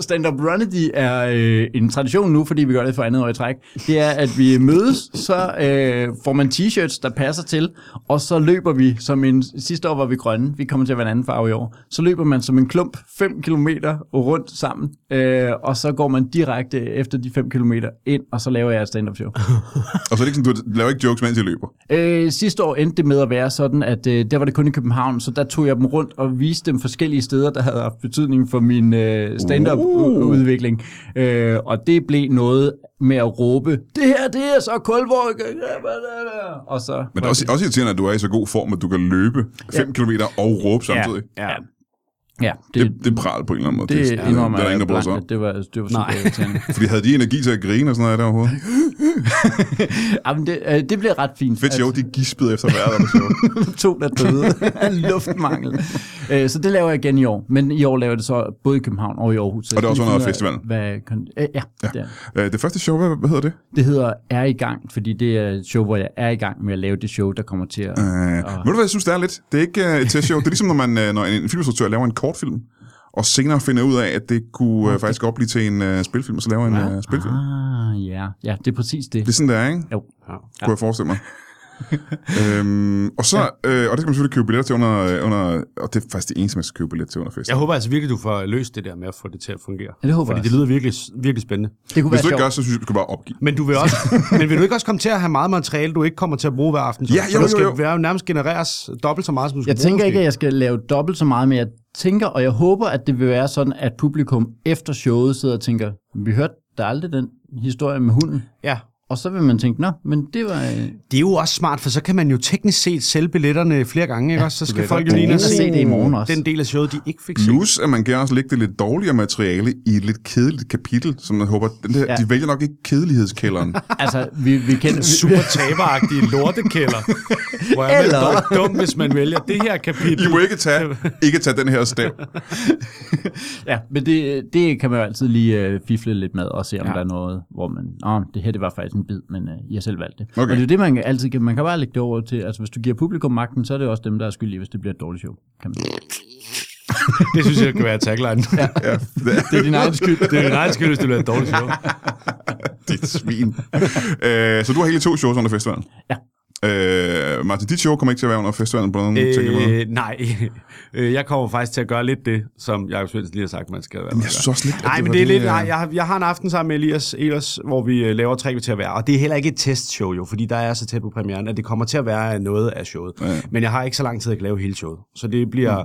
Speaker 3: Stand-up Runity er øh, en tradition nu, fordi vi gør det for andet år i træk. Det er, at vi mødes, så øh, får man t-shirts, der passer til, og så løber vi, som en, sidste år var vi grønne, vi kommer til at være en anden farve i år, så løber man som en klump 5 km rundt sammen, øh, og så går man direkte efter de 5 km ind, og så laver jeg et stand-up show.
Speaker 1: Og så er det ikke sådan, du laver ikke jokes, mens jeg løber.
Speaker 3: Øh, sidste år endte det med at være sådan, at øh, der var det kun i København, så der tog jeg dem rundt og viste dem forskellige steder, der havde haft betydning for min øh,
Speaker 1: Uh.
Speaker 3: stand-up-udvikling. Øh, og det blev noget med at råbe, det her, det er så Kulborg. Og så...
Speaker 1: Men det er også, også irriterende, at du er i så god form, at du kan løbe 5 km og råbe samtidig.
Speaker 2: Ja, ja.
Speaker 3: Ja,
Speaker 1: Det,
Speaker 3: det,
Speaker 1: det er pral på en eller anden måde.
Speaker 3: det,
Speaker 1: er-
Speaker 3: det indrømmer
Speaker 1: der er
Speaker 3: jeg
Speaker 1: ingen, der bryder sig om.
Speaker 3: blankt, at det var, det var super irriterende.
Speaker 1: Fordi havde de energi til at grine og sådan noget der overhovedet?
Speaker 3: Jamen, det, øh, det blev ret fint.
Speaker 1: Fedt show, de gispede efter hver der show.
Speaker 3: to, der døde af luftmangel. Øh, så det laver jeg igen i år. Men i år laver jeg det så både i København og i Aarhus. Så
Speaker 1: Og det er
Speaker 3: jeg skal
Speaker 1: også
Speaker 3: lige
Speaker 1: under
Speaker 3: finde ud af, Hvad, kon- øh, ja, ja. Det, er.
Speaker 1: Øh, Det første show, hvad, hvad hedder det?
Speaker 3: det hedder Er i gang, fordi det er et show, hvor jeg er i gang med at lave det show, der kommer til at...
Speaker 1: Øh, Ved du hvad, jeg synes, det er lidt? Det er ikke øh, et testshow. Det er ligesom, når, man, øh, når en filminstruktør laver en kortfilm, og senere finder ud af, at det kunne øh, faktisk godt blive til en øh, spilfilm, og så laver en
Speaker 2: Ja.
Speaker 1: øh, spilfilm.
Speaker 3: Ah, ja. ja, det er præcis det.
Speaker 1: Det er sådan, det er, ikke?
Speaker 3: Jo.
Speaker 2: Ja.
Speaker 1: Kunne jeg forestille mig. øhm, og så, øh, og det skal man selvfølgelig købe billetter til under, øh, under, og det er faktisk det eneste, man skal købe billetter til under festen.
Speaker 2: Jeg håber altså virkelig, du får løst det der med at få det til at fungere.
Speaker 3: Ja, det håber
Speaker 2: Fordi
Speaker 3: jeg
Speaker 2: det lyder virkelig, virkelig spændende.
Speaker 3: Det kunne
Speaker 1: Hvis du
Speaker 3: være
Speaker 1: ikke gør,
Speaker 3: sjovt.
Speaker 1: så synes jeg, du skal bare opgive.
Speaker 2: Men du vil også, men vil du ikke også komme til at have meget materiale, du ikke kommer til at bruge hver aften? så?
Speaker 1: Ja,
Speaker 2: så
Speaker 1: jo,
Speaker 2: der
Speaker 1: jo,
Speaker 2: skal
Speaker 1: jo.
Speaker 2: Være, nærmest genereres dobbelt så meget, som du skal
Speaker 3: Jeg
Speaker 2: bruge.
Speaker 3: tænker ikke,
Speaker 2: måske.
Speaker 3: at jeg skal lave dobbelt så meget, men jeg tænker, og jeg håber, at det vil være sådan, at publikum efter showet sidder og tænker, vi hørte der aldrig den historie med hunden.
Speaker 2: Ja.
Speaker 3: Og så vil man tænke, nå, men det var... øh,
Speaker 2: Det er jo også smart, for så kan man jo teknisk set sælge billetterne flere gange, ikke? Ja, så skal
Speaker 3: bliver
Speaker 2: folk
Speaker 3: godt.
Speaker 2: jo lige ind og
Speaker 3: Jeg skal
Speaker 2: se
Speaker 3: se det i morgen også.
Speaker 2: den del af showet, de ikke fik set.
Speaker 1: Plus, at man gerne også lægge det lidt dårligere materiale i et lidt kedeligt kapitel, som jeg håber, den der, ja.
Speaker 3: Ja.
Speaker 1: de vælger nok ikke kedelighedskælderen.
Speaker 3: Altså, vi, vi kender...
Speaker 2: Super taberagtige lortekælder, hvor jeg
Speaker 3: Eller-
Speaker 2: Eller... er dum, hvis man vælger det her kapitel.
Speaker 1: I må ikke tage, ikke tage den her stav.
Speaker 3: Ja, men det, det kan man jo altid lige øh, fifle lidt med og se, om
Speaker 2: Ja.
Speaker 3: ja. der er noget, hvor man... Åh, det her det var faktisk en bid, men øh, I har selv valgt det.
Speaker 1: Okay.
Speaker 3: Og det er jo det, man kan altid kan. Man kan bare lægge det over til... Altså, hvis du giver publikum magten, så er det jo også dem, der er skyldige, hvis det bliver et dårligt show. Kan man. sige.
Speaker 2: Det synes jeg kan være tagline. Ja.
Speaker 1: Ja, det er
Speaker 3: Det er din egen skyld.
Speaker 2: Det er jo nej, skyld, hvis det bliver et dårligt show.
Speaker 1: dit svin. øh, så du har hele to shows under festivalen?
Speaker 3: Ja.
Speaker 1: Øh, Martin, dit show kommer ikke til at være under festivalen på nogen øh, tænker måde.
Speaker 2: Øh, nej, Øh, jeg kommer faktisk til at gøre lidt det, som Jacob Svendsen lige har sagt, man skal være.
Speaker 1: Jeg synes også lidt, at
Speaker 2: Nej,
Speaker 1: var
Speaker 2: men det er lidt...
Speaker 1: øh,
Speaker 2: Nej, jeg, har- jeg har en aften sammen med Elias Elers, hvor vi øh, laver tre kvarter hver. Og det er heller ikke et testshow jo, fordi der er så tæt på premieren, at det kommer til at være noget af showet. Ja. Men jeg har ikke så lang tid at lave hele showet. Så det bliver, mm.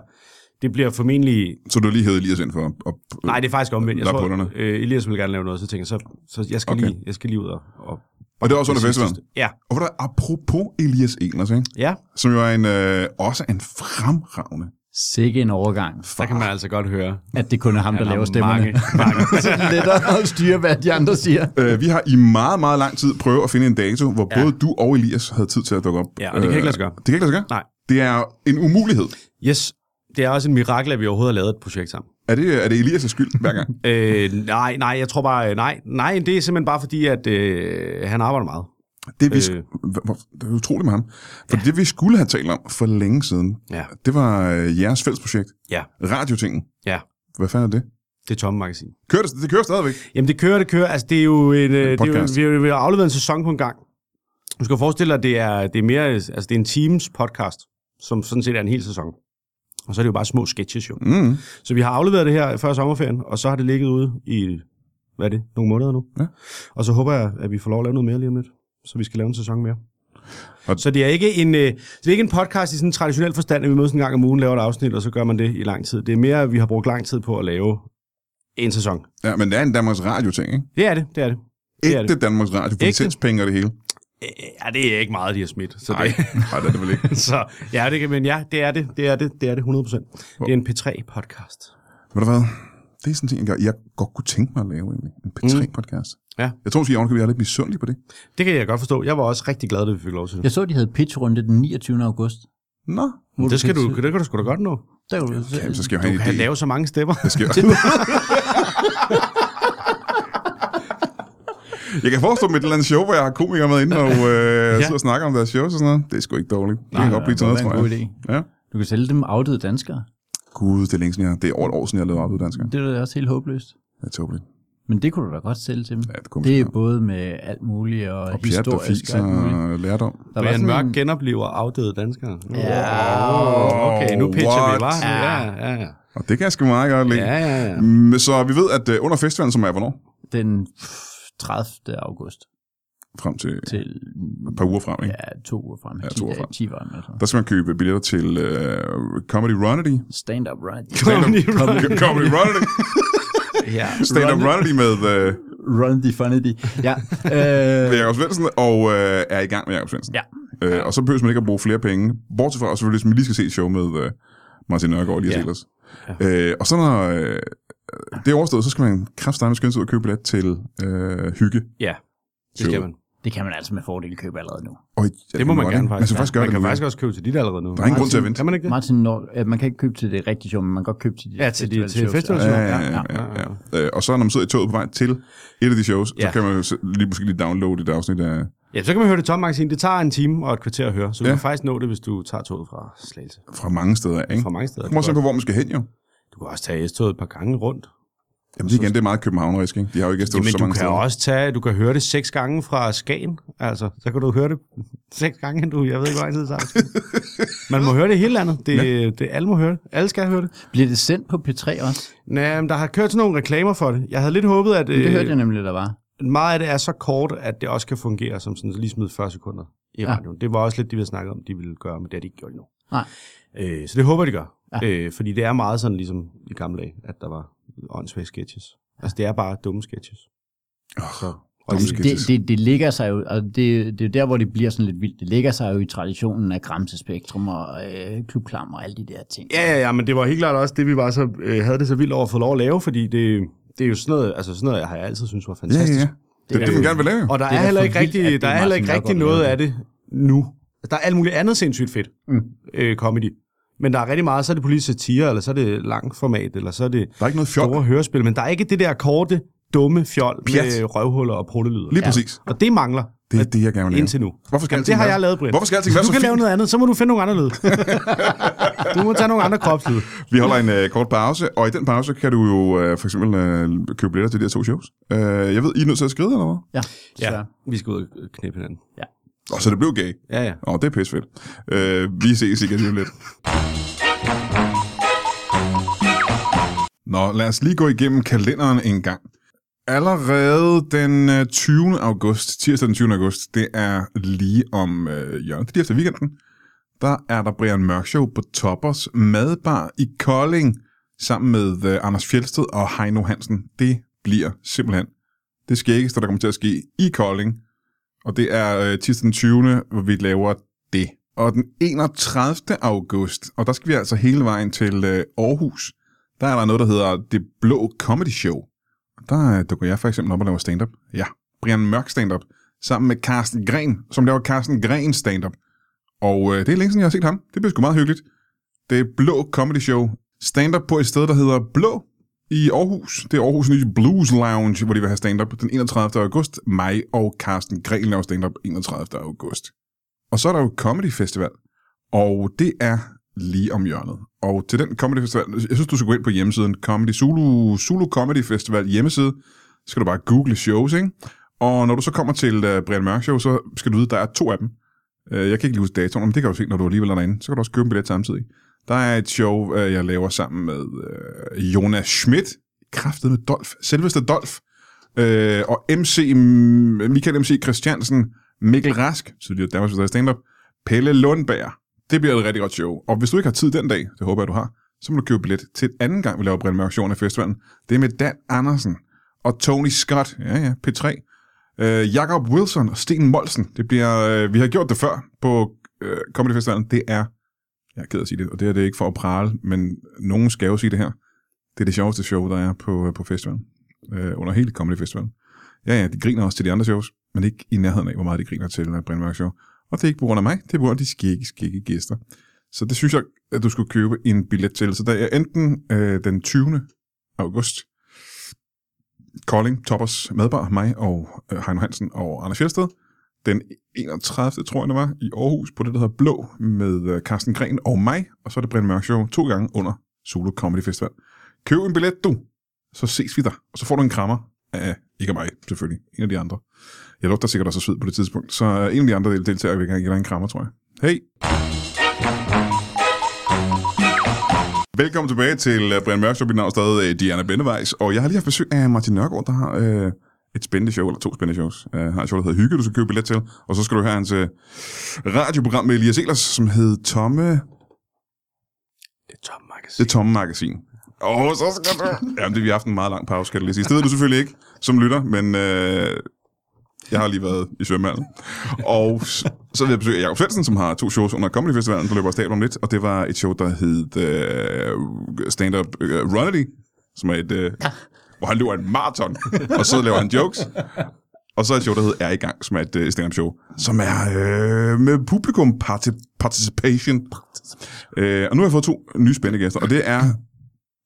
Speaker 2: det bliver formentlig...
Speaker 1: Så du lige hed Elias ind for at... at
Speaker 2: Nej, det er faktisk omvendt. Jeg
Speaker 1: Der er
Speaker 2: tror,
Speaker 1: punderne.
Speaker 2: øh, Elias vil gerne lave noget, så tænker jeg, så, så jeg, skal
Speaker 1: Okay.
Speaker 2: okay. lige, jeg skal lige ud og... og
Speaker 1: og det er også under festivalen.
Speaker 2: ja,
Speaker 1: Og hvor der er apropos Elias Ehlers, ikke?
Speaker 2: ja.
Speaker 1: som jo er en, øh, også er en fremragende
Speaker 3: Sikke en overgang,
Speaker 2: Der kan man altså godt høre.
Speaker 3: at det kun er ham, der
Speaker 2: Han har
Speaker 3: laver stemmerne.
Speaker 2: mange, mange.
Speaker 3: så er det lettere at styre, hvad de andre siger.
Speaker 1: Øh, vi har i meget, meget lang tid prøvet at finde en dato, hvor ja.
Speaker 2: Ja.
Speaker 1: både du og Elias havde tid til at dukke op. Øh,
Speaker 2: Ja, og det kan ikke lade sig gøre.
Speaker 1: Det kan ikke lade sig gøre?
Speaker 2: Nej.
Speaker 1: Det er en umulighed.
Speaker 2: Yes, det er også en mirakel, at vi overhovedet har lavet et projekt sammen.
Speaker 1: Er det, er det Elias' skyld hver gang?
Speaker 2: Øh, nej, nej, jeg tror bare, øh, nej, nej, det er simpelthen bare fordi, at øh, han arbejder meget.
Speaker 1: Det, vi øh.
Speaker 2: Øh.
Speaker 1: det er utroligt med ham. For ja. det, vi skulle have talt om for længe siden,
Speaker 2: Ja.
Speaker 1: det var øh, jeres fælles projekt.
Speaker 2: Ja.
Speaker 1: Radiotingen.
Speaker 2: Ja,
Speaker 1: Hvad fanden er det?
Speaker 2: det er Tomme Magasin.
Speaker 1: Kører det, det kører stadigvæk.
Speaker 2: Jamen, det kører, det kører. Altså, det er jo en, øh, det er
Speaker 1: podcast.
Speaker 2: jo, vi, har- vi har afleveret en sæson på en gang. Du skal forestille dig, at det er, det er mere, altså, det er en times podcast, som sådan set er en hel sæson. Og så er det jo bare små sketches, jo.
Speaker 1: Mm.
Speaker 2: Så vi har afleveret det her før sommerferien, og så har det ligget ude i, hvad er det, nogle måneder nu.
Speaker 1: Ja.
Speaker 2: Og så håber jeg, at vi får lov at lave noget mere lige om lidt. Så vi skal lave en sæson mere.
Speaker 1: Og-
Speaker 2: Så det er, ikke en, øh, det er ikke en podcast i sådan en traditionel forstand, at vi mødes en gang om ugen, laver et afsnit, og så gør man det i lang tid. Det er mere, at vi har brugt lang tid på at lave en sæson.
Speaker 1: Ja, men det er en Danmarks Radio-ting, ikke?
Speaker 2: Det er det, det er det. Det er
Speaker 1: Ægte Danmarks Radio. For
Speaker 2: Ægte.
Speaker 1: licens-penge og det hele.
Speaker 2: Øh, Ja, det er ikke meget, de har smidt. Så
Speaker 1: Nej,
Speaker 2: det,
Speaker 1: nej, det er det vel ikke.
Speaker 2: så, ja, det kan, men ja, det er det, det er det, det er det 100%. Det er en P3-podcast.
Speaker 1: Ved du hvad? Det er sådan en ting, jeg, gør- jeg godt kunne tænke mig at lave, egentlig. En P3-podcast.
Speaker 2: Ja.
Speaker 1: Jeg tror, at jeg er lidt misundelig på det.
Speaker 2: Det kan jeg godt forstå. Jeg var også rigtig glad, da vi fik lov til det.
Speaker 3: Jeg så, de havde pitchrunde den 29. august.
Speaker 1: Nå,
Speaker 2: Det, skal du, det kan du sgu da godt nå.
Speaker 3: Der kan du se-
Speaker 1: Jamen, så skal jeg jo
Speaker 2: Du
Speaker 1: have
Speaker 2: kan
Speaker 1: en idé.
Speaker 2: lave så mange stemmer.
Speaker 1: Det sker. jeg kan forestå med et eller andet show, hvor jeg har komikere med inde og øh, ja. sidder og snakker om deres shows og sådan noget. Det er sgu ikke dårligt. Det kan godt blive til noget,
Speaker 3: det var
Speaker 1: tror
Speaker 3: en god
Speaker 1: jeg.
Speaker 3: idé.
Speaker 1: Ja.
Speaker 3: Du kan sælge dem afdøde danskere.
Speaker 1: Gud, det er længe siden, jeg, det er over et år siden, jeg lavede op dansker.
Speaker 3: Det er da også helt håbløst.
Speaker 1: Det er tåbeligt.
Speaker 3: Men det kunne du da godt sælge til dem.
Speaker 1: Ja, det kunne man
Speaker 3: det er
Speaker 1: godt.
Speaker 3: både med alt muligt og,
Speaker 1: Og pjat og
Speaker 3: historisk
Speaker 1: fis
Speaker 3: og alt muligt.
Speaker 1: og lærdom.
Speaker 3: Der var
Speaker 2: Brian
Speaker 3: sådan
Speaker 2: Mørk
Speaker 3: en,
Speaker 2: genoplever afdøde danskere.
Speaker 3: Ja.
Speaker 2: Okay, nu pitcher vi, hva'?
Speaker 1: What?
Speaker 2: Ja, ja, ja.
Speaker 1: Og det kan jeg sgu meget godt lide.
Speaker 2: ja, ja, ja.
Speaker 1: Mm, Så vi ved, at øh, under festivalen, som er hvornår?
Speaker 3: den 30. august
Speaker 1: Frem til
Speaker 3: til
Speaker 1: et par uger frem, ikke?
Speaker 3: ja, to uger frem.
Speaker 1: Ja,
Speaker 3: Ja,
Speaker 1: to uger frem.
Speaker 3: 10 uger frem.
Speaker 1: Der skal man købe billetter til øh, Comedy Runity.
Speaker 3: Stand up, right?
Speaker 2: Comedy Runity.
Speaker 1: Comedy Runity.
Speaker 2: ja.
Speaker 1: Stand-up Runity med... Øh,
Speaker 3: Run the funny. Ja.
Speaker 1: med
Speaker 3: Øh,
Speaker 1: Jakob Svendsen, og øh, er i gang med Jakob Svendsen.
Speaker 3: Ja.
Speaker 1: Øh, og så behøver man ikke at bruge flere penge. Bortset fra, og selvfølgelig, hvis man lige skal se et show med øh, Martin Nørgaard og Elias
Speaker 2: Ja.
Speaker 1: Ehlers. Øh, og så når øh, det er overstået, så skal man kraftstejende skynde sig ud og købe billet til øh, Hygge.
Speaker 2: ja, det skal man.
Speaker 3: det kan man altså med fordel købe allerede nu.
Speaker 1: Og, ja,
Speaker 2: Det må man
Speaker 1: godt,
Speaker 2: gerne
Speaker 1: ikke? Man
Speaker 2: faktisk.
Speaker 1: skal faktisk gøre
Speaker 2: man
Speaker 1: det.
Speaker 2: kan
Speaker 1: nu,
Speaker 2: faktisk
Speaker 1: ja.
Speaker 2: også købe til dit allerede nu.
Speaker 1: Der er ingen grund til at vente.
Speaker 2: Kan man ikke det?
Speaker 3: Martin, når, øh, man kan ikke købe til det rigtige show, men man kan godt købe til de
Speaker 2: Ja, til de- til
Speaker 3: festivalshows.
Speaker 2: festivalshows.
Speaker 1: Ja, ja, ja, ja, ja. Øh, og så når man sidder i toget på vej til et af de shows, ja. så
Speaker 2: Ja.
Speaker 1: kan man jo se- lige, måske lige downloade et afsnit af...
Speaker 2: Ja, så kan man høre det tom magasin. Det tager en time og et kvarter at høre, så du
Speaker 1: Ja. Mm.
Speaker 2: kan faktisk nå det, hvis du tager toget fra Slagelse.
Speaker 1: fra mange steder, ikke?
Speaker 2: Fra mange steder.
Speaker 1: Det kommer også an på, hvor man skal hen, jo.
Speaker 2: Du kunne også tage S-toget et par gange rundt.
Speaker 1: Jamen det igen, det er meget københavnerisk, ikke? De har jo ikke
Speaker 2: Jamen,
Speaker 1: stået så
Speaker 2: du
Speaker 1: mange
Speaker 2: kan
Speaker 1: steder.
Speaker 2: også tage, du kan høre det seks gange fra Skagen, altså. Så kan du høre det seks gange, end du, jeg ved ikke, hvor lang tid det tager. Man må høre det i hele landet. Det, ja. det, alle må høre det. Alle skal høre det.
Speaker 3: Bliver det sendt på P3 også?
Speaker 2: Nej, men der har kørt sådan nogle reklamer for det. Jeg havde lidt håbet, at
Speaker 3: Det
Speaker 2: øh,
Speaker 3: hørte jeg nemlig, der var.
Speaker 2: meget af det er så kort, at det også kan fungere som sådan lige smid 40 sekunder i
Speaker 3: Ja.
Speaker 2: radioen. Det var også lidt det, vi havde snakket om, de ville gøre, men det har de ikke gjort endnu.
Speaker 3: Nej.
Speaker 2: Øh, så det håber jeg, de gør.
Speaker 3: Ja.
Speaker 2: Ja. Øh, fordi det er meget sådan ligesom i gamle dage, at der var åndssvage sketches. Altså det er bare dumme sketches.
Speaker 1: Oh,
Speaker 2: Og
Speaker 1: dumme
Speaker 2: det-
Speaker 1: sketches.
Speaker 3: Det, det, det ligger sig jo, og det, det er jo der, hvor det bliver sådan lidt vildt. Det ligger sig jo i traditionen af Gramse Spektrum og øh, Klubklam og alle de der ting.
Speaker 2: Ja, ja, ja, men det var helt klart også det, vi var så, øh, havde det så vildt over at få lov at lave, fordi det, det er jo sådan noget, altså sådan noget, jeg har altid synes var
Speaker 1: Ja,
Speaker 2: fantastisk.
Speaker 1: ja. Det er det, man gerne vil lave.
Speaker 2: Og der
Speaker 3: Det
Speaker 2: det
Speaker 3: er
Speaker 2: er,
Speaker 3: da
Speaker 2: heller ikke
Speaker 3: for vildt, at det
Speaker 2: rigtig, der
Speaker 3: er
Speaker 2: er heller ikke
Speaker 3: Martin
Speaker 2: rigtig
Speaker 3: Nørgaard,
Speaker 2: noget
Speaker 3: der
Speaker 2: af det nu. Der er alt muligt andet sindssygt fedt
Speaker 3: Mm.
Speaker 2: øh, comedy. Men der er rigtig meget, så er det politisk satire, eller så er det langt format, eller så er det
Speaker 1: Der er ikke noget fjol.
Speaker 2: store hørespil, men der er ikke det der korte, dumme fjol
Speaker 1: Pjat.
Speaker 2: med røvhuller og pruttelyder.
Speaker 1: Lige præcis.
Speaker 2: Og det mangler
Speaker 1: Det er det, jeg gerne vil lave.
Speaker 2: indtil nu.
Speaker 1: Hvorfor skal
Speaker 2: Jamen,
Speaker 1: alting
Speaker 2: det har
Speaker 1: være-
Speaker 2: jeg lavet, Brian.
Speaker 1: Hvorfor skal alting
Speaker 2: Hvis
Speaker 1: være
Speaker 2: du
Speaker 1: så
Speaker 2: kan lave
Speaker 1: fint?
Speaker 2: noget andet, så må du finde nogle andre lyd. du må tage nogle andre kropslyd.
Speaker 1: Vi holder en øh, kort pause, og i den pause kan du jo øh, for eksempel øh, købe billetter til de her to shows. Øh, jeg ved, I er nødt til at skride, eller hvad?
Speaker 3: Ja,
Speaker 2: Ja, vi skal ud og knippe hinanden.
Speaker 1: Og så det blev gay.
Speaker 2: Ja, ja.
Speaker 1: Åh, det er pissefedt. Øh, vi ses igen lige om lidt. Nå, lad os lige gå igennem kalenderen en gang. Allerede den øh, 20. august, tirsdag den 20. august, det er lige om øh, hjørnet, det er lige efter weekenden, der er der Brian Mørk Show på Toppers Madbar i Kolding, sammen med øh, Anders Fjeldsted og Heino Hansen. Det bliver simpelthen det skæggeste, der kommer til at ske i Kolding. Og det er øh, tirsdag den 20., hvor vi laver det. Og den 31. august, og der skal vi altså hele vejen til øh, Aarhus, der er der noget, der hedder Det Blå Comedy Show. Og Der øh, dukker jeg for eksempel op og laver stand-up. Ja, Brian Mørk stand-up, sammen med Carsten Gren, som laver Carsten Gren stand-up. Og øh, det er længe siden, jeg har set ham. Det bliver sgu meget hyggeligt. Det Blå Comedy Show. Stand-up på et sted, der hedder Blå i Aarhus. Det er Aarhus nye Blues Lounge, hvor de vil have stand-up den 31. august. Mig og Carsten Gren laver stand-up 31. august. Og så er der jo Comedy Festival, og det er lige om hjørnet. Og til den Comedy Festival, jeg synes, du skal gå ind på hjemmesiden Comedy Zulu, Zulu Comedy Festival hjemmeside. Så skal du bare google shows, ikke? Og når du så kommer til uh, Brian Mørk Show, så skal du vide, at der er to af dem. Uh, jeg kan ikke lige huske datoen, men det kan du se, når du alligevel er derinde. Så kan du også købe en billet samtidig. Der er et show, uh, jeg laver sammen med uh, Jonas Schmidt, kraftet med Dolf, selveste Dolf, øh, og MC, Michael MC Christiansen, Mikkel Rask, tidligere Danmarks Bedre Stand-Up, Pelle Lundberg. Det bliver et rigtig godt show. Og hvis du ikke har tid den dag, det håber jeg, du har, så må du købe billet til anden gang, vi laver Brian Mørk Showen af festivalen. Det er med Dan Andersen og Tony Scott, ja ja, P3, øh, Jakob Wilson og Sten Molsen. Det bliver, øh, vi har gjort det før på øh, Comedy Festivalen. Det er, jeg er ked af at sige det, og det er det ikke for at prale, men nogen skal jo sige det her. Det er det sjoveste show, der er på, på festivalen øh, under hele Comedy Festivalen. Ja, ja, de griner også til de andre shows, men ikke i nærheden af, hvor meget de griner til uh, Brian Mørk Show. Og det er ikke på grund af mig, det er på grund af de skikke, skikke gæster. Så det synes jeg, at du skulle købe en billet til. Så der er enten øh, den 20. august, Kolding, Toppers, Madbar, mig og øh, Heino Hansen og Anders Fjeldsted. Den 31. tror jeg, det var, i Aarhus, på det, der hedder Blå, med øh, Carsten Gren og mig. Og så er det Brian Mørk Show to gange under Solo Comedy Festival. Køb en billet, du! så ses vi der. Og så får du en krammer af, ikke af mig selvfølgelig, en af de andre. Jeg lugter sikkert også af sved på det tidspunkt, så øh, en af de andre deltagere vil gerne give dig en krammer, tror jeg. Hej! Velkommen tilbage til øh, Brian Mørkshop, mit navn er stadig øh, Diana Bendevejs, og jeg har lige haft besøg af Martin Nørgaard, der har øh, et spændende show, eller to spændende shows. Øh, har et show, der hedder Hygge, du skal købe billet til, og så skal du høre hans øh, radioprogram med Elias Elers, som hedder Tomme
Speaker 2: Det er Tom Magasin.
Speaker 1: det tomme magasin. Åh, oh, så skal du... Jamen, det, vi har haft en meget lang pause, kan jeg lige sige. Det ved du selvfølgelig ikke, som lytter, men øh, jeg har lige været i svømmehallen. Og s- så vil jeg besøge Jacob Svendsen, som har to shows under Comedy Festivalen, der løber af stablen om lidt, og det var et show, der hed øh, Stand Up øh, Runity, som er et... Øh, hvor han løber en maraton, og så laver han jokes. Og så er et show, der hedder Er i gang, som er et øh, stand-up show, som er øh, med publikum parti- participation. Øh, og nu har jeg fået to nye spændende gæster, og det er,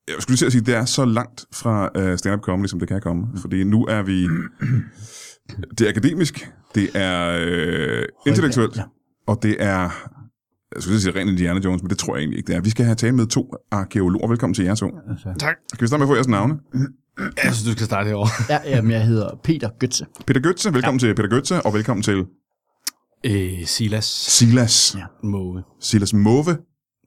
Speaker 1: jeg skulle lige til at sige, det er så langt fra øh, stand-up comedy, som det kan komme. Fordi nu er vi, det er akademisk, det er øh, intellektuelt,
Speaker 3: ja.
Speaker 1: og det er jeg skulle lige sige rent Indiana Jones, men det tror jeg egentlig ikke, det er. Vi skal have tale med to arkeologer. Velkommen til jer to.
Speaker 2: Tak.
Speaker 1: Kan vi starte med at få jeres navne?
Speaker 2: Jeg synes, du skal starte herovre.
Speaker 3: Ja, jamen, jeg hedder Peter Götze.
Speaker 1: Peter Götze, velkommen ja. til Peter Götze, og velkommen til
Speaker 2: Øh, Silas
Speaker 1: Silas. Ja.
Speaker 3: Ja.
Speaker 2: Måge.
Speaker 1: Silas Move.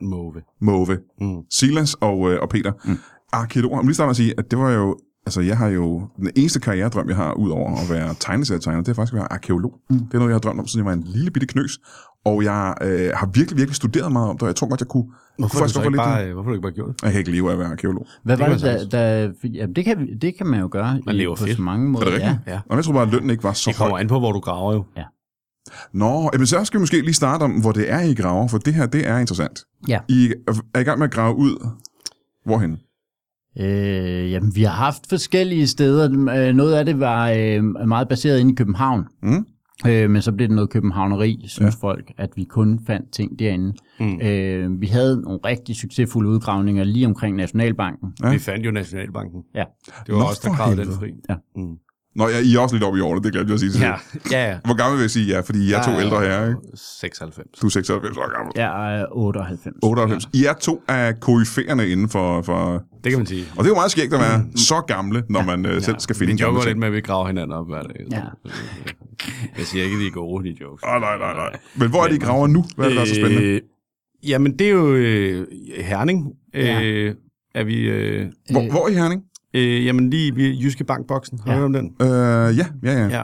Speaker 2: Måge.
Speaker 1: Move.
Speaker 2: Mm.
Speaker 1: Silas og, øh, og Peter. Mm. Arkeologer. Jeg må lige starte med at sige, at det var jo... Altså, jeg har jo... Den eneste karrieredrøm, jeg har, udover at være tegneserietegner, det er faktisk at være arkeolog. Mm. Det er noget, jeg har drømt om, siden jeg var en lille bitte knøs. Og jeg øh, har virkelig, virkelig studeret meget om det, og jeg tror godt, jeg kunne...
Speaker 2: Hvorfor,
Speaker 1: kunne
Speaker 2: har du
Speaker 1: faktisk
Speaker 2: så
Speaker 1: godt
Speaker 2: ikke
Speaker 1: være lidt-
Speaker 2: bare, øh, hvorfor har du ikke bare gjort det?
Speaker 1: Jeg kan ikke leve af at være arkeolog.
Speaker 3: Hvad var
Speaker 2: kan
Speaker 3: det,
Speaker 2: man
Speaker 3: der... der jamen, det, kan, vi- det kan man jo gøre
Speaker 2: Man
Speaker 3: i-
Speaker 2: lever
Speaker 3: på
Speaker 2: fedt.
Speaker 3: så mange måder.
Speaker 1: Er det rigtigt?
Speaker 3: Ja.
Speaker 2: Ja.
Speaker 1: Og jeg tror bare, at lønnen ikke var så
Speaker 2: Det kommer
Speaker 1: høj.
Speaker 2: an på, hvor du graver jo.
Speaker 1: Nå, jamen, så skal vi måske lige starte om, hvor det er, I graver, for det her, det er interessant.
Speaker 3: Ja.
Speaker 1: I er i gang med at grave ud... Hvorhen?
Speaker 3: Øh, jamen, vi har haft forskellige steder. Øh, Noget af det var øh, meget baseret inde i København.
Speaker 1: Mm.
Speaker 3: Øh, men så blev det noget københavneri, synes ja. folk, at vi kun fandt ting derinde. Mm. Øh, vi havde nogle rigtig succesfulde udgravninger lige omkring Nationalbanken.
Speaker 1: Ja.
Speaker 2: Ja. Vi fandt jo Nationalbanken.
Speaker 3: Ja.
Speaker 2: Det var
Speaker 1: Nå,
Speaker 2: også os, der
Speaker 1: for
Speaker 2: gravede den
Speaker 1: helvede.
Speaker 2: fri.
Speaker 3: Ja.
Speaker 2: Mm.
Speaker 1: Nå, jeg, I er også lidt oppe i årene, det glemte jeg at sige. til sidst.
Speaker 2: ja, ja.
Speaker 1: Hvor gammel vil jeg sige ja, fordi jeg er to
Speaker 2: Ja,
Speaker 1: ældre her, ikke?
Speaker 2: 96.
Speaker 1: Du er 96 år gammel.
Speaker 3: Jeg er 98.
Speaker 1: 98. I er to af koryfererne inden for, for...
Speaker 2: Det kan man sige.
Speaker 1: Og det er jo meget skægt at være
Speaker 2: Mm.
Speaker 1: så gamle, når man øh, selv skal finde
Speaker 2: Vi
Speaker 1: en
Speaker 2: joker
Speaker 1: gammel
Speaker 2: lidt
Speaker 1: ting.
Speaker 2: med, at vi graver hinanden op hver dag.
Speaker 3: Ja.
Speaker 2: Jeg siger ikke, de er gode, de jokes.
Speaker 1: Åh, Ah, nej, nej, nej. Men hvor er de I graver nu? Hvad er det, der er så spændende?
Speaker 2: Øh, jamen, det er jo øh, Herning.
Speaker 3: Ja.
Speaker 2: Øh, er vi... Øh,
Speaker 1: Hvor, hvor i Herning?
Speaker 2: øh, jamen, lige ved Jyske Bankboksen. Har du
Speaker 3: Ja.
Speaker 2: hørt om den?
Speaker 1: Øh, ja, ja, ja.
Speaker 2: Ja.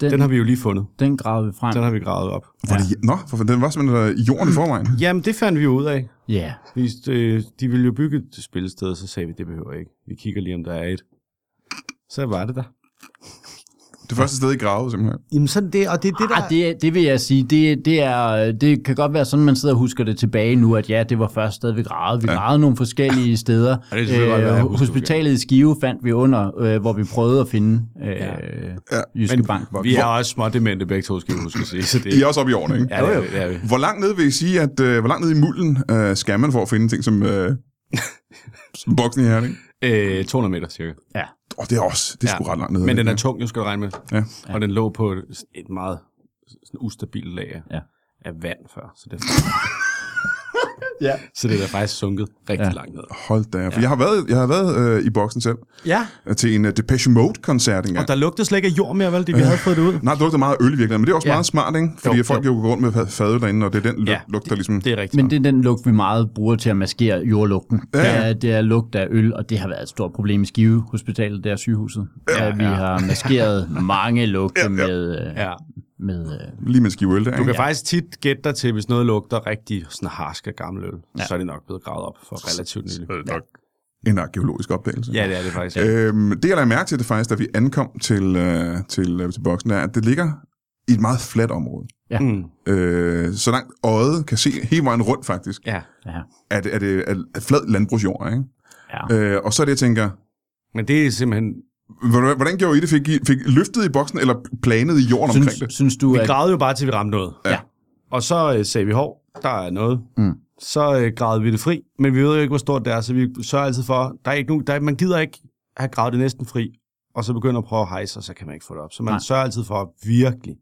Speaker 3: Den,
Speaker 2: Den har vi jo lige fundet.
Speaker 3: den gravede vi frem.
Speaker 2: Den har vi gravet op.
Speaker 1: Fordi, Nå, for den var simpelthen øh, i
Speaker 2: Mm.
Speaker 1: jorden i forvejen.
Speaker 2: Jamen, det fandt vi jo ud af.
Speaker 3: Ja,
Speaker 2: Vi, øh, de ville jo bygge et spillested, og så sagde vi, det behøver jeg ikke. Vi kigger lige, om der er et. Så var det der.
Speaker 1: Det første sted, I gravede simpelthen.
Speaker 2: Jamen, sådan det, og det er det,
Speaker 3: Arh, det, er- det vil jeg sige, det, det, er, det kan godt være sådan, man sidder og husker det tilbage nu, at ja, det var første sted, vi gravede. Vi gravede nogle forskellige steder. Øh,
Speaker 2: Ja, det er selvfølgelig godt, hvad jeg husker,
Speaker 3: hospitalet i Skive fandt vi under, øh, hvor vi prøvede at finde øh, ja. Jyske
Speaker 2: Men
Speaker 3: Bank.
Speaker 2: Vi er også små demente begge to, skal vi huske at sige. Så det,
Speaker 1: I er også oppe i årene, ikke?
Speaker 2: ja, det, er, det er vi.
Speaker 1: Hvor langt ned vil I sige, at øh, hvor langt ned i mulden øh, skal man for at finde ting som, øh, som boksen i Herning?
Speaker 2: Øh, 200 meter cirka.
Speaker 3: Ja.
Speaker 1: Åh, oh, det er også, det er sgu ret langt ned.
Speaker 2: Men den er
Speaker 1: Ja.
Speaker 2: tung, nu skal du regne med.
Speaker 1: Ja.
Speaker 2: Og den lå på et, et meget sådan ustabilt lag af,
Speaker 3: Ja.
Speaker 2: af vand før. Så det,
Speaker 3: Ja.
Speaker 2: så det er da faktisk sunket rigtig ja. langt ned.
Speaker 1: Hold da, for jeg har været, jeg har været øh, i boksen selv.
Speaker 2: Ja,
Speaker 1: øh, til en uh, Depeche Mode-koncert engang.
Speaker 2: der lugtede slet ikke af jord mere, vel, det vi havde fået det ud.
Speaker 1: Nej, det lugter meget af øl i virkeligheden, men det er også ja.
Speaker 2: Ja.
Speaker 1: meget smart, ikke? Fordi
Speaker 2: Jo,
Speaker 1: jo, folk jo går rundt med fad derinde, og det er den
Speaker 2: Ja.
Speaker 1: lug- lugt, der ligesom...
Speaker 2: Det er rigtigt.
Speaker 3: Men det er den lugt, vi meget bruger til at maskere jordlugten. Ja. Det, er, det er lugt af øl, og det har været et stort problem i Skive Hospitalet, der sygehuset. Ja, ja. Vi har maskeret mange lugte ja, ja. med... Øh,
Speaker 2: Ja.
Speaker 3: med øh,
Speaker 1: Lige med en skive øl der,
Speaker 2: Du
Speaker 1: ikke?
Speaker 2: kan ja. faktisk tit gætte dig til, hvis noget lugter rigtig sådan harsk af gammel øl, ja. så er det nok blevet gravet op for relativt nylig.
Speaker 1: Ja. En arkeologisk opdagelse.
Speaker 2: Ja, det er det faktisk. Ja.
Speaker 1: Øhm, det, jeg lagde mærke til, det faktisk, da vi ankom til, øh, til, øh, til boksen, er, at det ligger i et meget fladt område.
Speaker 3: Ja.
Speaker 1: Mm. Øh, så langt øjet kan se hele vejen rundt, faktisk,
Speaker 2: ja.
Speaker 3: ja.
Speaker 1: er det, er det er, er flad landbrugsjord, ikke?
Speaker 3: Ja.
Speaker 1: Øh, og så er det, jeg tænker,
Speaker 2: Men det er simpelthen...
Speaker 1: hvordan hvordan gjorde I det? Fik I fik I løftet i boksen, eller planet i jorden omkring det?
Speaker 3: Synes, synes du,
Speaker 2: Vi
Speaker 3: at...
Speaker 2: gravede jo bare, til vi ramte noget.
Speaker 3: Ja.
Speaker 2: Og så øh, sagde vi, hov, der er noget.
Speaker 3: Mm.
Speaker 2: Så øh, gravede vi det fri, men vi ved jo ikke, hvor stort det er, så vi sørger altid for, der er ikke nogen, der, er- man gider ikke have gravet det næsten fri, og så begynder at prøve at hejse, og så kan man ikke få det op. Så man
Speaker 3: Nej.
Speaker 2: Nej. sørger altid for virkelig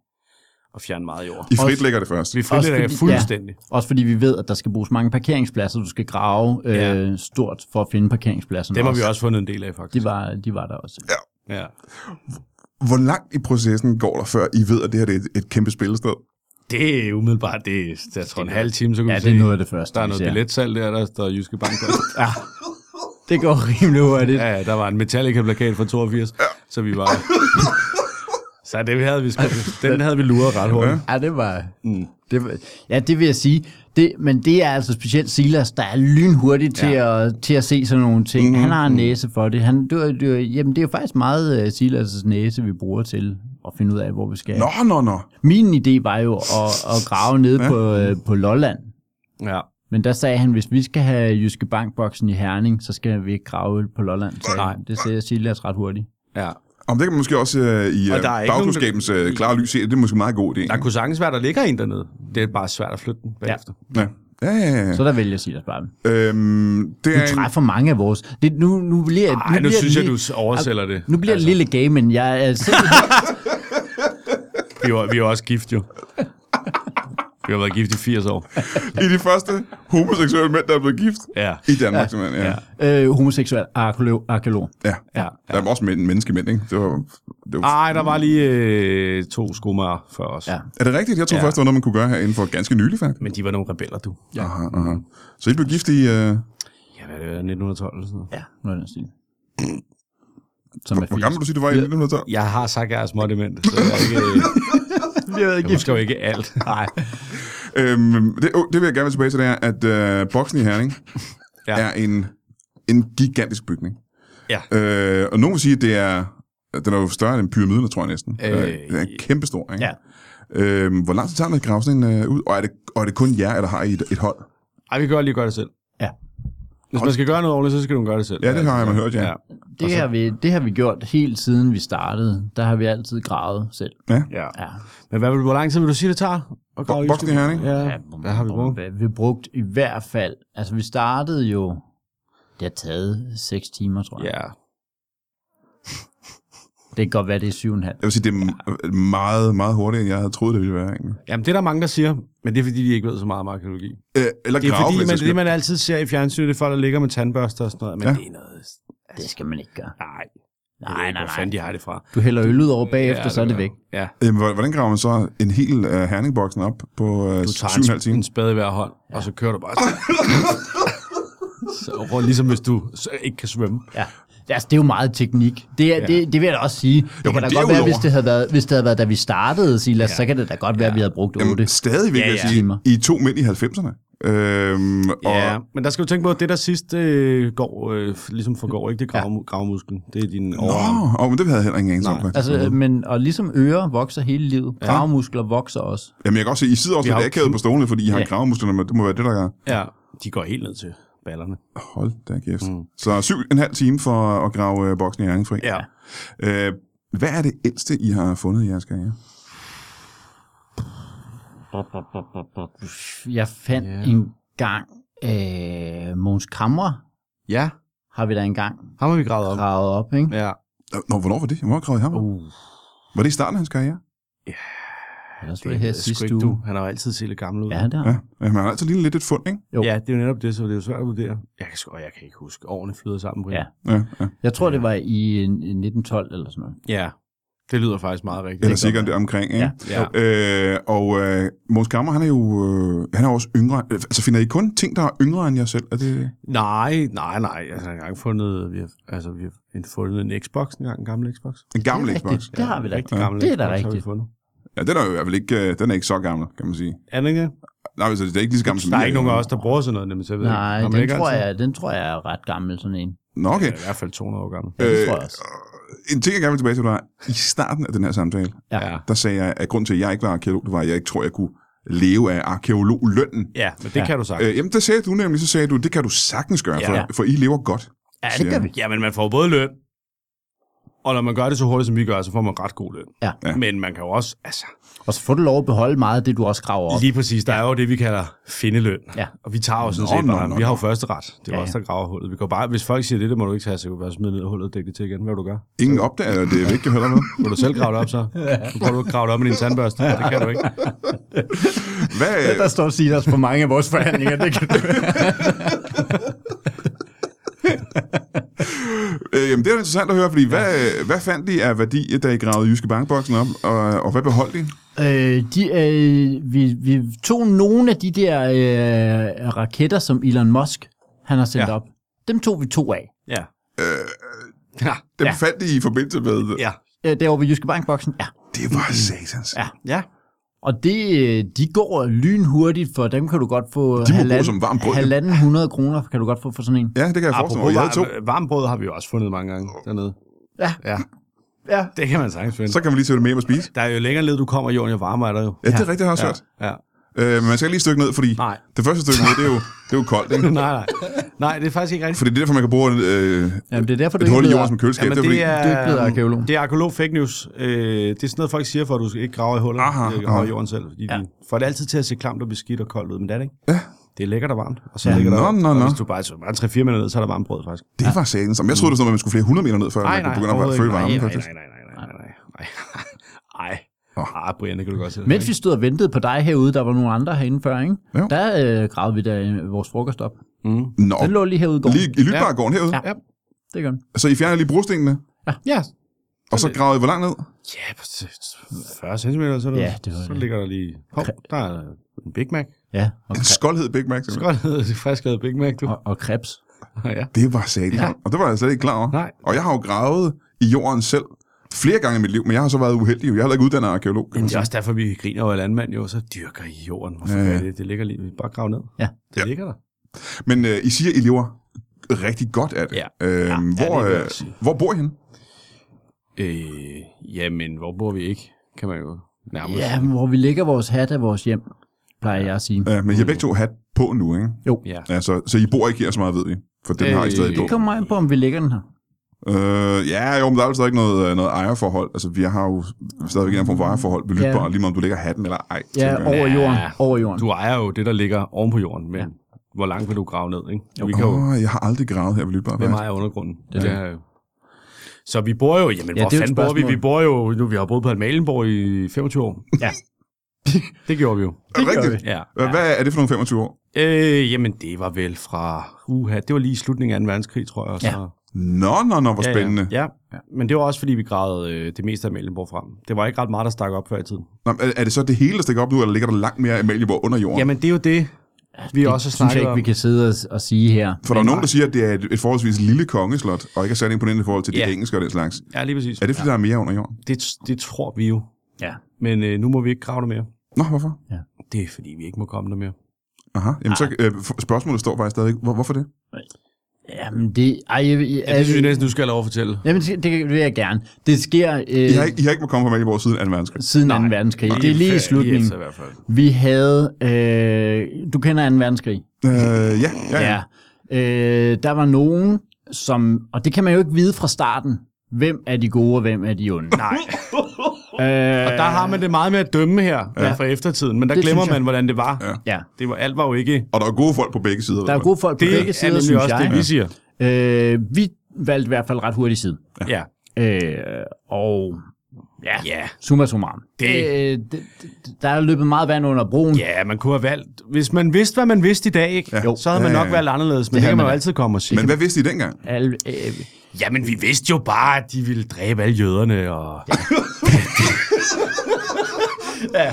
Speaker 2: at fjerne meget jord.
Speaker 1: I fritlægger det først.
Speaker 2: Vi frilægger
Speaker 3: fordi-
Speaker 2: fuldstændig.
Speaker 3: Ja, også fordi vi ved, at der skal bruges mange parkeringspladser, du skal grave øh,
Speaker 2: Ja.
Speaker 3: stort for at finde parkeringspladserne.
Speaker 2: Dem har vi
Speaker 3: også.
Speaker 2: også fundet en del af, faktisk.
Speaker 3: De var, de var der også.
Speaker 2: Ja.
Speaker 1: Hvor langt i processen går der, før I ved, at det her det er et, et kæmpe spillested?
Speaker 2: Det er umiddelbart, det er, jeg tror, en halv time, så kan
Speaker 3: Ja,
Speaker 2: vi
Speaker 3: det er
Speaker 2: se,
Speaker 3: noget af det første,
Speaker 2: Der er
Speaker 3: vi
Speaker 2: noget
Speaker 3: ser.
Speaker 2: billetsalg der, der står Jyske Bank. på.
Speaker 3: Ja. Det går rimelig hurtigt.
Speaker 2: ja, ja, der var en Metallica-plakat fra 82, så vi var... så det havde vi, sgu- den havde vi luret ret hurtigt.
Speaker 3: Ja, det var... Mm. Det var ja, det vil jeg sige. Det, men det er altså specielt Silas, der er lynhurtig til, ja. at, til at se sådan nogle ting. Mm, han har en næse for det. Han, det, var, det var, jamen, det er jo faktisk meget uh, Silas' næse, vi bruger til at finde ud af, hvor vi skal.
Speaker 1: Nå, nå, nå.
Speaker 3: Min idé var jo at, at grave nede ja. på, øh, på Lolland.
Speaker 2: Ja.
Speaker 3: Men der sagde han, hvis vi skal have Jyske Bankboksen i Herning, så skal vi ikke grave på Lolland. Så
Speaker 2: Nej.
Speaker 3: det siger Silas ret hurtigt.
Speaker 2: ja.
Speaker 1: Om det kan man måske også øh, i
Speaker 2: Og
Speaker 1: øh,
Speaker 2: der er ikke
Speaker 1: bagklodskabens øh, klare lys se, at det er måske en meget god idé.
Speaker 2: Der
Speaker 1: ikke?
Speaker 2: kunne sagtens være, der ligger en dernede. Det er bare svært at flytte den bagefter.
Speaker 1: Ja, ja, ja. ja.
Speaker 3: Så der vælger Silas bare.
Speaker 1: Øhm, det
Speaker 3: Du
Speaker 1: er en,
Speaker 3: træffer mange af vores. Det, nu, nu bliver,
Speaker 2: Nej, nu
Speaker 3: bliver
Speaker 2: synes
Speaker 3: det
Speaker 2: jeg, du Altså.
Speaker 3: lige-
Speaker 2: oversælger det.
Speaker 3: Nu bliver det lille gay, men jeg er simpelthen...
Speaker 2: Vi er, jo- vi er jo også gift, jo.
Speaker 4: Vi har været gift i 80 år.
Speaker 1: I de første homoseksuelle mænd, der er blevet gift
Speaker 4: Ja.
Speaker 1: i Danmark, ja. simpelthen. Ja. Ja.
Speaker 4: Ja.
Speaker 3: Øh, homoseksuel arkeolog. arkeolog.
Speaker 1: ja.
Speaker 4: Ja.
Speaker 1: Der er også mænd, menneskemænd, ikke? Det var, det var,
Speaker 2: Nej, der var lige øh, to skomager før os.
Speaker 3: Ja.
Speaker 2: Ja.
Speaker 1: er det rigtigt? Jeg troede ja. først, det var noget, man kunne gøre herinde for ganske nylig, faktisk.
Speaker 2: Men de var nogle rebeller, du.
Speaker 3: Ja.
Speaker 1: Aha, aha. Så I blev gift i... Øh,
Speaker 2: Ja, hvad er det, 1912 eller sådan noget.
Speaker 3: Ja, noget i den stil. Som er
Speaker 1: hvor gammel vil du sige, du var i 1912?
Speaker 2: Jeg har sagt, at jeg er smådement, så jeg, er ikke, øh,
Speaker 3: Vi har været
Speaker 2: jeg husker jo ikke alt. Nej.
Speaker 1: Øhm, det, oh, det vil jeg gerne vil tilbage til, det er, at øh, boksen i Herning ja.
Speaker 2: Ja.
Speaker 1: er en, en gigantisk bygning.
Speaker 2: Ja.
Speaker 1: Øh, og nogen vil sige, at det er, at den er jo større end pyramiden, tror jeg næsten. Øh,
Speaker 2: Øh,
Speaker 1: den er kæmpestor, ikke?
Speaker 3: Ja.
Speaker 1: Øhm, hvor lang tid tager det at grave sådan en øh, ud? Og er, det, og er det kun jer, eller har I et, et hold?
Speaker 2: Ej, vi kan godt lige gøre det selv.
Speaker 3: Ja.
Speaker 2: Hvis man skal gøre noget ordentligt, så skal du gøre det selv.
Speaker 1: Ja, det har jeg man hørt, ja. ja.
Speaker 3: Det har, vi, det har vi gjort helt siden vi startede. Der har vi altid gravet selv.
Speaker 2: ja.
Speaker 3: Ja.
Speaker 2: Men hvad, vil- hvor lang tid vil du sige, det tager? At grave
Speaker 1: Boksen i Herning?
Speaker 2: Ja,
Speaker 3: Ja,
Speaker 2: hvad har vi brugt?
Speaker 3: Hvad vi brugt i hvert fald. Altså, vi startede jo... Det har taget 6 timer, tror jeg.
Speaker 2: Ja,
Speaker 3: Det kan godt være, det er syv og en halv.
Speaker 1: Jeg vil sige, det er m- meget, meget hurtigere, end jeg havde troet, det ville være. Ikke?
Speaker 2: Jamen, det er der mange, der siger, men det er fordi, de ikke ved så meget om arkeologi.
Speaker 1: Øh, eller
Speaker 2: Det er
Speaker 1: grave,
Speaker 2: fordi,
Speaker 1: hvis
Speaker 2: man,
Speaker 1: jeg
Speaker 2: det
Speaker 1: skal-
Speaker 2: man altid ser i fjernsynet, det er folk, der ligger med tandbørster og sådan noget, men
Speaker 1: Ja.
Speaker 2: ja. det er noget...
Speaker 3: Det skal man ikke gøre.
Speaker 2: Nej, jeg ved
Speaker 3: Nej,
Speaker 2: ikke,
Speaker 3: nej,
Speaker 2: hvor fanden
Speaker 3: nej.
Speaker 2: de har det fra.
Speaker 3: Du hælder øl ud over bagefter, ja, så er det
Speaker 2: gør
Speaker 3: væk.
Speaker 2: jeg. Ja,
Speaker 1: Øhm, hvor- hvordan graver man så en hel uh, herningboksen op på uh,
Speaker 2: du tager
Speaker 1: 7,5
Speaker 2: en,
Speaker 1: timer?
Speaker 2: en spade i hver hånd, ja. og så kører du bare... så, rundt, ligesom hvis du så ikke kan svømme.
Speaker 3: Ja. Altså, det er jo meget teknik. Det, er, ja. det, det vil jeg da også sige. Det jo,
Speaker 1: men
Speaker 3: kan da godt være,
Speaker 1: derudover-
Speaker 3: hvis det havde været, hvis det havde været da vi startede, Silas, ja. så kan det da godt være, at vi havde brugt otte.
Speaker 1: Jamen, stadigvæk, ja,
Speaker 3: Ja,
Speaker 1: ja.
Speaker 3: ja.
Speaker 1: Jeg sige,
Speaker 3: Timer.
Speaker 1: I er to mænd i 90'erne. Øhm, og,
Speaker 2: Ja, men der skal du tænke på, at det der sidst øh, går, øh, ligesom forgår, ikke? Det er grav, ja. gravmusklen. Det er din
Speaker 1: Nå,
Speaker 2: overarm.
Speaker 1: oh, men det havde jeg heller ikke engang sagt.
Speaker 3: Altså,
Speaker 1: Altså,
Speaker 3: men, og ligesom ører vokser hele livet, gravemuskler vokser også.
Speaker 1: Jamen, jeg kan også se, I sidder også
Speaker 2: vi har
Speaker 1: lidt
Speaker 2: jo
Speaker 1: akavet på stolene, fordi I har
Speaker 3: Ja.
Speaker 1: gravemusklerne, men det må være det, der gør.
Speaker 2: Ja, de går helt ned til ballerne.
Speaker 1: Hold da kæft. Mm. Så syv en halv time for at grave øh, boksen i Herning fri.
Speaker 2: Ja.
Speaker 1: Øh, hvad er det ældste, I har fundet i jeres karriere?
Speaker 3: Jeg fandt yeah. en gang øh, Måns Kamre,
Speaker 2: Ja,
Speaker 3: har vi da engang
Speaker 2: ham har vi gravet op.
Speaker 3: gravet op, ikke?
Speaker 2: Ja.
Speaker 1: Nå, hvornår var det? Hvornår gravede I ham? op?
Speaker 3: Uh,
Speaker 1: Var det i starten af hans karriere?
Speaker 3: ellers var det her
Speaker 2: ved jeg sgu
Speaker 3: sidste
Speaker 2: ikke, du.
Speaker 3: uge.
Speaker 2: Han har jo altid set lidt gammel ud.
Speaker 3: Ja, det har
Speaker 1: Ja. ja man har altid lige lidt et fund, ikke?
Speaker 3: Jo.
Speaker 2: ja, det er jo netop det, så det er jo svært at vurdere. Jeg kan, sgu, og jeg kan ikke huske. Årene flyder sammen, Brian.
Speaker 3: Ja.
Speaker 1: Ja, ja.
Speaker 3: Jeg tror, det var i øh, 1912 eller sådan noget.
Speaker 2: ja. Det lyder faktisk meget rigtigt.
Speaker 1: Eller sikkert det omkring, ikke?
Speaker 2: Ja.
Speaker 1: Øh, og øh, Måns Kammer, han er jo øh, han er jo også yngre. Øh, Altså, finder I kun ting, der er yngre end jer selv? Er det...
Speaker 2: Nej, nej, nej. Altså, jeg har engang fundet, vi har, altså, vi har en- fundet en Xbox engang, en gammel Xbox.
Speaker 1: En gammel
Speaker 3: Det er
Speaker 1: Xbox?
Speaker 3: rigtigt. Det har vi da.
Speaker 2: Rigtig
Speaker 3: Ja.
Speaker 2: gammel
Speaker 3: Det er
Speaker 2: Xbox
Speaker 3: da
Speaker 2: Har vi
Speaker 3: rigtigt.
Speaker 2: fundet.
Speaker 1: Ja, den er jo i hvert fald ikke, øh, den er ikke så gammel, kan man sige.
Speaker 2: Er den ikke det?
Speaker 1: Nej, altså, det er ikke lige så gammel som
Speaker 2: Der er
Speaker 1: I
Speaker 2: ikke nogen af os, der bruger sådan noget, nemlig, så jeg ved ikke.
Speaker 3: Nej,
Speaker 2: Har man
Speaker 3: den
Speaker 2: ikke
Speaker 3: tror,
Speaker 2: altid?
Speaker 3: jeg, den tror jeg er ret gammel, sådan en.
Speaker 1: Nå, okay.
Speaker 2: Ja, I hvert fald 200 år gammel.
Speaker 3: Ja, det tror
Speaker 1: Øh,
Speaker 3: jeg også.
Speaker 1: En ting, jeg gerne vil tilbage til, var, i starten af den her samtale,
Speaker 3: Ja.
Speaker 1: der sagde jeg, at grunden til, at jeg ikke var arkeolog, det var, at jeg ikke tror, jeg kunne leve af arkeologlønnen.
Speaker 2: Ja, men det
Speaker 3: Ja.
Speaker 2: kan du sagt.
Speaker 1: Øh, jamen, der sagde du nemlig, så sagde du, det kan du sagtens gøre,
Speaker 2: Ja.
Speaker 1: for, for I lever godt.
Speaker 3: Ja, det gør vi.
Speaker 2: Ja, men man får både løn, og når man gør det så hurtigt, som vi gør, så får man ret god løn.
Speaker 3: Ja.
Speaker 1: Ja.
Speaker 2: Men man kan jo også, altså,
Speaker 3: Og så får du lov at beholde meget af det, du også graver op.
Speaker 2: lige præcis, der er jo det, vi kalder findeløn.
Speaker 3: Ja.
Speaker 2: Og vi tager jo sådan
Speaker 1: Nå,
Speaker 2: set
Speaker 1: nå,
Speaker 2: bare,
Speaker 1: nå,
Speaker 2: vi har jo
Speaker 1: nå.
Speaker 2: første ret. Det er
Speaker 3: Ja,
Speaker 2: ja, os,
Speaker 3: ja.
Speaker 2: der graver hullet. Vi går bare, hvis folk siger det, det må du ikke tage, så kan du bare smide ned i hullet og dække det til igen. Hvad vil du gøre?
Speaker 1: Ingen opdager, det er vigtigt heller noget.
Speaker 2: Må du selv grave det op så? Nu prøver du at grave det op med din tandbørste. Det kan du ikke.
Speaker 1: Hvad,
Speaker 3: Der står Silas på mange af vores forhandlinger. Det kan
Speaker 1: øh, jamen, det er interessant at høre, fordi hvad, hvad fandt I af værdi, da I gravede Jyske Bankboksen op, og, og hvad beholdt I?
Speaker 3: øh, de, øh, vi, vi tog nogle af de der øh, raketter, som Elon Musk han har sendt ja.
Speaker 2: Ja.
Speaker 3: op. Dem tog vi to af.
Speaker 2: Ja. Ja.
Speaker 1: Dem
Speaker 3: Ja.
Speaker 1: Øh, ja. fandt I i forbindelse med...
Speaker 2: Ja.
Speaker 3: Øh, derovre ved Jyske Bankboksen. Ja.
Speaker 1: Det var satans.
Speaker 3: Ja.
Speaker 2: Ja.
Speaker 3: Og det, øh, de går lynhurtigt, for dem kan du godt få
Speaker 1: gå som varmt brød, jo.
Speaker 3: halvanden hundrede kroner, kan du godt få for sådan en.
Speaker 1: ja, det kan jeg forestille mig.
Speaker 2: Apropos
Speaker 1: Jeg havde to.
Speaker 2: varm, varmbrød har vi jo også fundet mange gange dernede.
Speaker 3: Ja.
Speaker 2: Ja.
Speaker 3: Ja.
Speaker 2: Det kan man sagtens finde.
Speaker 1: Så kan man lige tage det med hjem og spise.
Speaker 2: Der er jo længere ned, du kommer, jorden, jo varmere er der jo.
Speaker 1: Ja, det er rigtigt, jeg har også hørt.
Speaker 2: Ja.
Speaker 1: Øh, men man skal lige et stykke ned, fordi
Speaker 2: Nej.
Speaker 1: det første stykke ned, det er jo, det er jo koldt, ikke?
Speaker 2: nej, nej. Nej, det er faktisk ikke rigtigt.
Speaker 1: Fordi det er derfor, man kan bruge en, øh,
Speaker 3: Jamen, det er derfor, du
Speaker 1: et
Speaker 3: ikke
Speaker 1: hul i
Speaker 3: ved,
Speaker 1: jorden som køleskab.
Speaker 2: Jamen,
Speaker 1: det er, fordi,
Speaker 3: Du er ikke blevet arkeolog.
Speaker 2: Det er arkeolog fake news. Øh, det er sådan noget, folk siger, for at du ikke graver i huller.
Speaker 1: Aha,
Speaker 2: øh, graver i
Speaker 1: aha.
Speaker 2: jorden selv. Fordi
Speaker 3: Ja.
Speaker 2: ja. de får det altid til at se klamt og beskidt og koldt ud, men det er det ikke. Ja. Det er lækkert og varmt. Og så ja.
Speaker 1: Nå,
Speaker 2: ligger der,
Speaker 1: nå,
Speaker 2: og
Speaker 1: nå.
Speaker 2: hvis du bare så bare 3-4 minutter ned, så er der varmt brød faktisk.
Speaker 1: det var satans. Jamen, Jeg troede, det var sådan, at man skulle flere hundrede meter ned, før man kunne begynde at
Speaker 2: overhovedet
Speaker 1: føle
Speaker 2: ikke.
Speaker 1: varmen,
Speaker 2: nej,
Speaker 1: faktisk.
Speaker 2: nej, nej, nej, nej, nej, nej, nej. Ah, Brian, det kan du godt se.
Speaker 3: Mens vi stod og ventede på dig herude, der var nogle andre herinde før, ikke?
Speaker 1: Jo.
Speaker 3: der øh, gravede vi da øh, vores frokost op.
Speaker 1: Nå,
Speaker 3: Den lå lige herude i går.
Speaker 1: lige i Lytbargården herude.
Speaker 3: Ja. Det gør den.
Speaker 1: Så I fjerner lige brostenene,
Speaker 2: Ja,
Speaker 1: og så gravede I hvor langt ned?
Speaker 2: Ja, på t- 40 cm eller sådan noget.
Speaker 3: Ja, det var
Speaker 2: Så
Speaker 3: det.
Speaker 2: ligger der lige... Hov, der er en Big Mac.
Speaker 3: Ja, og,
Speaker 1: En skoldhed Big Mac.
Speaker 2: Så
Speaker 1: simpelthen.
Speaker 2: godt hedder det frisk lavet Big Mac, du.
Speaker 3: og, og krebs.
Speaker 2: ja.
Speaker 1: Det var sat ja. Og det var jeg slet ikke klar over.
Speaker 2: Nej.
Speaker 1: Og jeg har jo gravet i jorden selv flere gange i mit liv, men jeg har så været uheldig. jo. Jeg er heller ikke uddannet arkeolog. kan
Speaker 2: Men
Speaker 1: man
Speaker 2: det er også derfor, vi griner over landmand jo, så dyrker I jorden. Hvorfor
Speaker 1: Ja,
Speaker 2: ja,
Speaker 1: ja.
Speaker 2: ja. det? Det ligger lige, vi bare graver ned.
Speaker 3: Ja.
Speaker 2: Det
Speaker 1: Ja.
Speaker 2: ligger der.
Speaker 1: sige. Men øh, I siger, I lever rigtig godt af det.
Speaker 2: Ja.
Speaker 1: Øhm, hvor,
Speaker 2: det vil jeg
Speaker 1: øh,
Speaker 2: sige.
Speaker 1: hvor bor I henne?
Speaker 2: Øh, jamen, hvor bor vi ikke, kan man jo nærmest.
Speaker 3: Ja, hvor vi lægger vores hat af vores hjem, plejer jeg at sige.
Speaker 1: Øh, men I har
Speaker 2: Mm.
Speaker 1: begge to hat på nu, ikke?
Speaker 3: Jo,
Speaker 2: ja.
Speaker 1: Ja, så, så I bor ikke her så meget, ved vi. For den øh, har I stadig
Speaker 2: Øh,
Speaker 1: på.
Speaker 3: det kommer an på, om vi lægger den her.
Speaker 1: Øh, ja, jo, men der er jo stadig noget, øh, noget ejerforhold. Altså, vi har jo stadigvæk en eller anden form for ejerforhold ved lytbar, lige meget om du lægger hatten eller ej.
Speaker 3: Ja,
Speaker 1: tænker jeg.
Speaker 3: over
Speaker 2: Ja.
Speaker 3: jorden. Over jorden.
Speaker 2: Du ejer jo det, der ligger oven på jorden, men ja. hvor langt vil du grave ned, ikke? Jo. Vi kan jo,
Speaker 1: Åh, jeg har aldrig gravet her ved lytbar.
Speaker 2: hvem ejer undergrunden?
Speaker 3: er
Speaker 2: Det ja. er, øh, så vi bor jo, jamen ja,
Speaker 3: Ja,
Speaker 2: hvor
Speaker 3: det er jo et
Speaker 2: fanden bor vi?
Speaker 3: spørgsmål.
Speaker 2: Vi bor jo, nu vi har boet på Almalenborg i 25 år.
Speaker 3: Ja.
Speaker 2: Det gjorde vi jo.
Speaker 1: det rigtigt?
Speaker 2: Ja.
Speaker 1: Hvad, øh, hvad er det for nogle 25 år?
Speaker 2: Øh, jamen, det var vel fra... Uha, det var lige i slutningen af 2. verdenskrig, tror jeg. og Så.
Speaker 3: Ja.
Speaker 1: Nå, nå, nå, hvor spændende.
Speaker 2: Ja, ja. ja, men det var også, fordi vi gravede øh, det meste af Melenborg frem. Det var ikke ret meget, der stak op før i tiden.
Speaker 1: Nå, men er, er det så det hele, der stikker op nu, eller ligger der langt mere Amalienborg under jorden?
Speaker 2: Jamen, det er jo det, vi også har
Speaker 3: Det synes jeg
Speaker 2: snakket
Speaker 3: ikke,
Speaker 2: om.
Speaker 3: vi kan sidde og, og sige her.
Speaker 1: For der er nogen, der siger, at det er et, et forholdsvis lille kongeslot, og ikke er særlig imponerende i forhold til det
Speaker 2: Ja.
Speaker 1: engelske og den slags.
Speaker 2: Ja, lige præcis.
Speaker 1: Er det, fordi ja. der er mere under jorden?
Speaker 2: Det, det tror vi jo.
Speaker 3: Ja.
Speaker 2: Men øh, nu må vi ikke grave det mere.
Speaker 1: Nå, hvorfor?
Speaker 2: Det er, fordi vi ikke må komme der mere.
Speaker 1: Aha. Jamen, så, øh, f- spørgsmålet står faktisk stadig. Hvor, hvorfor det?
Speaker 3: Jamen, det... Ej, jeg, jeg,
Speaker 2: Ja, det synes jeg næsten, du skal lov at fortælle.
Speaker 3: Jamen, det, det vil jeg gerne. Det sker øh,
Speaker 1: I har ikke, I har ikke måttet komme fra Amalienborg siden 2. verdenskrig.
Speaker 3: siden 2. verdenskrig. Det er lige i slutningen.
Speaker 2: I hvert fald.
Speaker 3: Vi havde... Øh, du kender 2. verdenskrig?
Speaker 1: Øh, ja, ja, ja.
Speaker 3: Ja. Øh, der var nogen, som... Og det kan man jo ikke vide fra starten. Hvem er de gode, og hvem er de onde? Øh, Nej.
Speaker 2: Og der har man det meget med at dømme her ja. fra eftertiden, men der det
Speaker 3: Det
Speaker 2: glemmer
Speaker 3: synes jeg.
Speaker 2: man, hvordan det var. Ja.
Speaker 3: Ja.
Speaker 2: Det var, alt var jo ikke...
Speaker 1: Og der er gode folk på begge sider.
Speaker 3: Der er
Speaker 1: ved du
Speaker 3: gode folk på
Speaker 2: Det
Speaker 3: begge
Speaker 2: er
Speaker 3: sider,
Speaker 2: nemlig
Speaker 3: synes
Speaker 2: også
Speaker 3: jeg.
Speaker 2: det, vi siger.
Speaker 3: Øh, vi valgte i hvert fald ret hurtigt side.
Speaker 2: Ja.
Speaker 3: Øh, og ja,
Speaker 2: Ja.
Speaker 3: summa summarum.
Speaker 2: Det-
Speaker 3: Øh, det, det, der er løbet meget vand under broen.
Speaker 2: Ja, man kunne have valgt... Hvis man vidste, hvad man vidste i dag, ikke?
Speaker 1: Ja. Jo.
Speaker 2: Ja. så havde man
Speaker 1: Ja, ja,
Speaker 2: nok
Speaker 1: ja.
Speaker 2: valgt anderledes, men det, det
Speaker 3: havde
Speaker 2: kan man jo
Speaker 3: man.
Speaker 2: altid komme og sige.
Speaker 1: hvad. Men hvad vidste I dengang?
Speaker 3: Al, øh,
Speaker 2: Jamen, vi vidste jo bare, at de ville dræbe alle jøderne, og... Ja. ja.